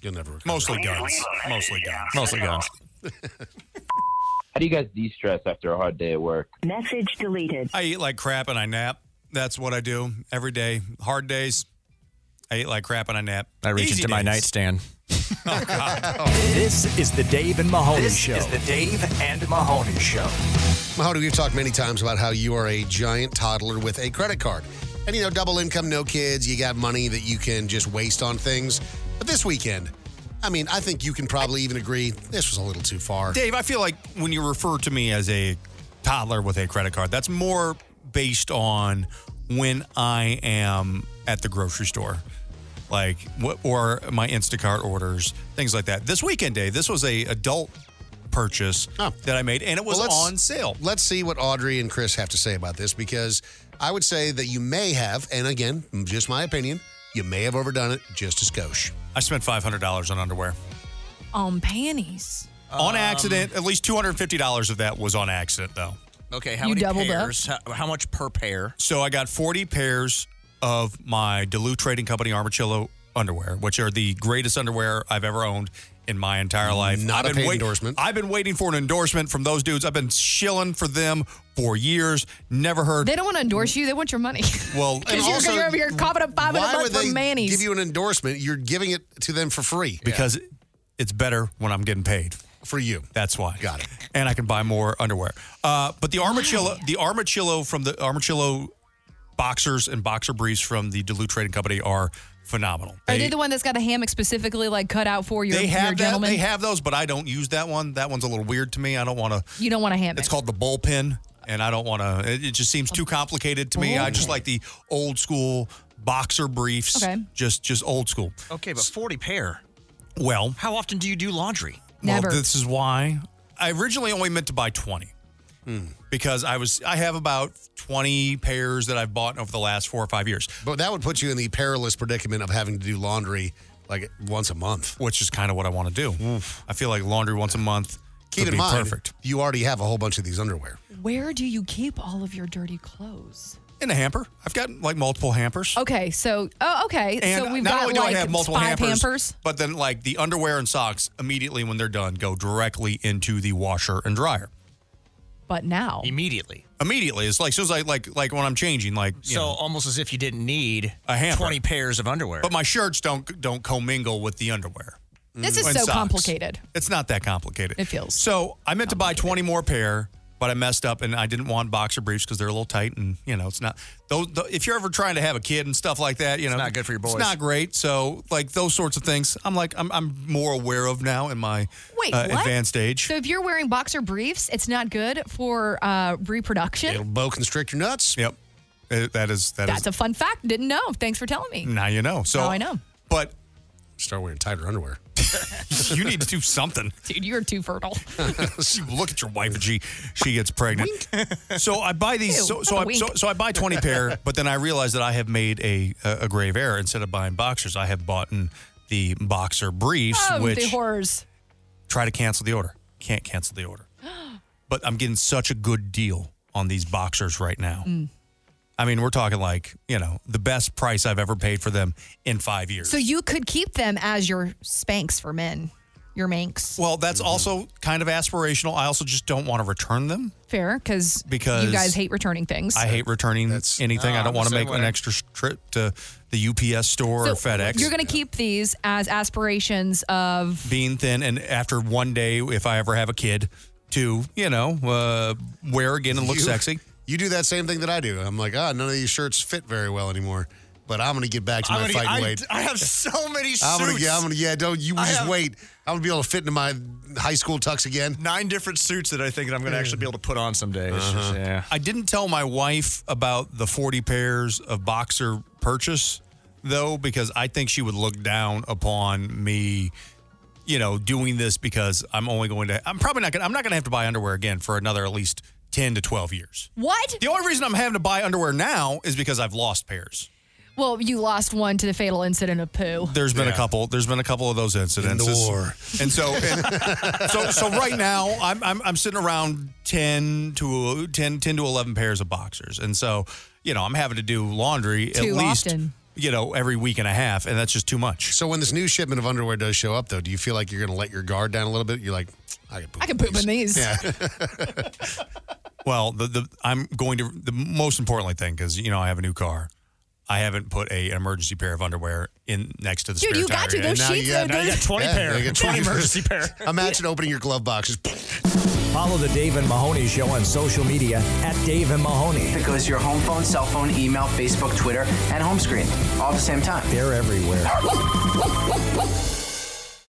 Speaker 2: You'll never. Recover.
Speaker 4: Mostly guns. Mostly guns.
Speaker 18: Mostly guns.
Speaker 32: How do you guys de stress after a hard day at work?
Speaker 31: Message deleted.
Speaker 4: I eat like crap and I nap. That's what I do every day. Hard days, I eat like crap and I nap.
Speaker 18: I reach
Speaker 4: Easy
Speaker 18: into my
Speaker 4: days.
Speaker 18: nightstand.
Speaker 1: This is the Dave and Mahoney
Speaker 16: This
Speaker 1: Show.
Speaker 16: is the Dave and Mahoney Show.
Speaker 2: Mahoney, we've talked many times about how you are a giant toddler with a credit card. And you know, double income, no kids, you got money that you can just waste on things. But this weekend, I mean, I think you can probably even agree this was a little too far.
Speaker 4: Dave, I feel like when you refer to me as a toddler with a credit card, that's more based on when I am at the grocery store, like what or my Instacart orders, things like that. This weekend, Dave, this was a adult purchase that I made, and it was
Speaker 2: Well, let's-
Speaker 4: on sale.
Speaker 2: Let's see what Audrey and Chris have to say about this because I would say that you may have, and again, just my opinion, you may have overdone it just a skosh.
Speaker 4: I spent five hundred dollars on underwear.
Speaker 3: On um, panties.
Speaker 4: on accident, at least two hundred fifty dollars of that was on accident, though.
Speaker 18: Okay, how
Speaker 3: You
Speaker 18: many
Speaker 3: doubled up?
Speaker 18: pairs? How, how much per pair?
Speaker 4: So I got 40 pairs of my Duluth Trading Company Armachillo underwear, which are the greatest underwear I've ever owned in my entire life.
Speaker 2: Not a
Speaker 4: I've
Speaker 2: paid
Speaker 4: wait-
Speaker 2: endorsement.
Speaker 4: I've been waiting for an endorsement from those dudes. I've been shilling for them for years. Never heard.
Speaker 3: They don't want to endorse you. They want your money.
Speaker 4: well,
Speaker 3: Because you're, 'cause you're over here coughing up five hundred
Speaker 2: Why would
Speaker 3: bucks
Speaker 2: they
Speaker 3: from Manny's.
Speaker 2: give you an endorsement? You're giving it to them for free.
Speaker 4: because it's better when I'm getting paid
Speaker 2: for you.
Speaker 4: That's why.
Speaker 2: Got it.
Speaker 4: And I can buy more underwear. Uh, but the armachillo, the armachillo from the armachillo boxers and boxer briefs from the Duluth Trading Company are phenomenal.
Speaker 3: Are they the one that's got a hammock specifically like cut out for your,
Speaker 4: they
Speaker 3: your
Speaker 4: have that.
Speaker 3: gentleman?
Speaker 4: They have those, but I don't use that one. That one's a little weird to me. I don't want to.
Speaker 3: you don't want a hammock.
Speaker 4: It's called the bullpen, and I don't want to. It, it just seems too complicated to me. I just like the old school boxer briefs.
Speaker 18: Okay.
Speaker 4: Just just old school.
Speaker 18: Okay, but forty pair.
Speaker 4: Well,
Speaker 18: How often do you do laundry?
Speaker 4: well, this is why I originally only meant to buy twenty. Because I was, I have about twenty pairs that I've bought over the last four or five years,
Speaker 2: But that would put you in the perilous predicament of having to do laundry like once a month.
Speaker 4: which is kind of what I want to do. I feel like laundry once a month
Speaker 2: Keep
Speaker 4: would
Speaker 2: in
Speaker 4: be
Speaker 2: mind,
Speaker 4: perfect
Speaker 2: you already have a whole bunch of these underwear.
Speaker 3: Where do you keep all of your dirty clothes?
Speaker 4: in a hamper. I've got like multiple hampers.
Speaker 3: Okay, so oh, okay,
Speaker 4: And
Speaker 3: so we've
Speaker 4: not
Speaker 3: got
Speaker 4: only do
Speaker 3: like
Speaker 4: I have multiple
Speaker 3: five
Speaker 4: hampers,
Speaker 3: hampers.
Speaker 4: but then like the underwear and socks immediately when they're done go directly into the washer and dryer
Speaker 3: But now,
Speaker 18: immediately.
Speaker 4: Immediately, it's like so. It's like like like when I'm changing, like you
Speaker 18: So
Speaker 4: know,
Speaker 18: almost as if you didn't need
Speaker 4: a hamper.
Speaker 18: twenty pairs of underwear.
Speaker 4: But my shirts don't don't commingle with the underwear.
Speaker 3: this is
Speaker 4: And
Speaker 3: so
Speaker 4: socks.
Speaker 3: complicated.
Speaker 4: It's not that complicated.
Speaker 3: It feels
Speaker 4: So I meant to buy 20 more pair, but I messed up and I didn't want boxer briefs because they're a little tight and you know it's not those. tho- if you're ever trying to have a kid and stuff like that, you know,
Speaker 18: not good for your boys.
Speaker 4: It's not great. So like those sorts of things, I'm like I'm, I'm more aware of now in my
Speaker 3: Wait,
Speaker 4: uh,
Speaker 3: what?
Speaker 4: advanced age.
Speaker 3: So if you're wearing boxer briefs, it's not good for uh, reproduction.
Speaker 2: It'll bow constrict your nuts.
Speaker 4: Yep, Uh, that is that is-
Speaker 3: That's a fun fact. Didn't know. Thanks for telling me.
Speaker 4: now you know. So
Speaker 3: now I know.
Speaker 4: But
Speaker 2: Start wearing tighter underwear.
Speaker 4: you need to do something.
Speaker 3: Dude, you're too fertile.
Speaker 4: Look at your wife and she she gets pregnant. so I buy these.
Speaker 3: Ew,
Speaker 4: so
Speaker 3: that's
Speaker 4: so
Speaker 3: a
Speaker 4: I,
Speaker 3: wink.
Speaker 4: so so I buy twenty pair, but then I realize that I have made a a, a grave error. Instead of buying boxers, I have bought in the boxer briefs,
Speaker 3: Oh,
Speaker 4: which
Speaker 3: the horrors.
Speaker 4: try to cancel the order. Can't cancel the order. But I'm getting such a good deal on these boxers right now.
Speaker 3: Mm.
Speaker 4: I mean, we're talking like, you know, the best price I've ever paid for them in five years.
Speaker 3: So you could keep them as your Spanx for men, your Manx.
Speaker 4: well, that's also kind of aspirational. I also just don't want to return them.
Speaker 3: Fair, because
Speaker 4: Because
Speaker 3: you guys hate returning things.
Speaker 4: I hate returning anything. I
Speaker 26: no, I'm
Speaker 4: don't
Speaker 26: the
Speaker 4: want to
Speaker 26: same
Speaker 4: make
Speaker 26: way.
Speaker 4: an extra trip to the UPS store or FedEx.
Speaker 3: You're going to keep these as aspirations of
Speaker 4: being thin, and after one day, if I ever have a kid, to you know uh, wear again and look
Speaker 2: You-
Speaker 4: sexy.
Speaker 2: You do that same thing that I do. I'm like, ah, none of these shirts fit very well anymore. But I'm gonna get back to
Speaker 4: I'm
Speaker 2: my
Speaker 4: gonna-
Speaker 2: fighting
Speaker 4: I-
Speaker 2: weight.
Speaker 4: I have so many
Speaker 2: I'm gonna,
Speaker 4: suits.
Speaker 2: get- I'm gonna, yeah, don't you
Speaker 4: I
Speaker 2: just
Speaker 4: have-
Speaker 2: wait. I'm gonna be able to fit into my high school tux again.
Speaker 4: Nine different suits that I think I'm
Speaker 26: gonna actually be able to put on some days. Yeah.
Speaker 4: Hmm. I didn't tell my wife about the 40 pairs of boxer purchase, though, because I think she would look down upon me, you know, doing this because I'm only going to, I'm probably not going to, I'm not going to have to buy underwear again for another at least 10 to 12 years.
Speaker 3: what?
Speaker 4: The only reason I'm having to buy underwear now is because I've lost pairs.
Speaker 3: Well, you lost one to the fatal incident of poo.
Speaker 4: There's been a couple. There's been a couple of those incidents. In the war. And so, and so, so right now, I'm, I'm I'm sitting around 10 to 10, 10 to 11 pairs of boxers, and so you know I'm having to do laundry at
Speaker 3: Too
Speaker 4: least
Speaker 3: often.
Speaker 4: you know every week and a half, and that's just too much.
Speaker 2: So when this new shipment of underwear does show up, though, do you feel like you're gonna let your guard down a little bit? You're like, I can poop.
Speaker 3: I can poop in these.
Speaker 2: Yeah.
Speaker 4: Well, the, the I'm going to the most importantly thing because you know I have a new car. I haven't put a an emergency pair of underwear in next to the
Speaker 3: Dude,
Speaker 4: spare
Speaker 3: you
Speaker 4: tire
Speaker 3: got to. Those
Speaker 4: yet.
Speaker 3: sheets are good.
Speaker 2: Yeah, now you got 20
Speaker 4: emergency pair.
Speaker 2: Imagine opening your glove box. Just
Speaker 1: Follow the Dave and Mahoney Show on social media at Dave and Mahoney.
Speaker 5: That goes to your home phone, cell phone, email, Facebook, Twitter, and home screen all at the same time.
Speaker 1: They're everywhere.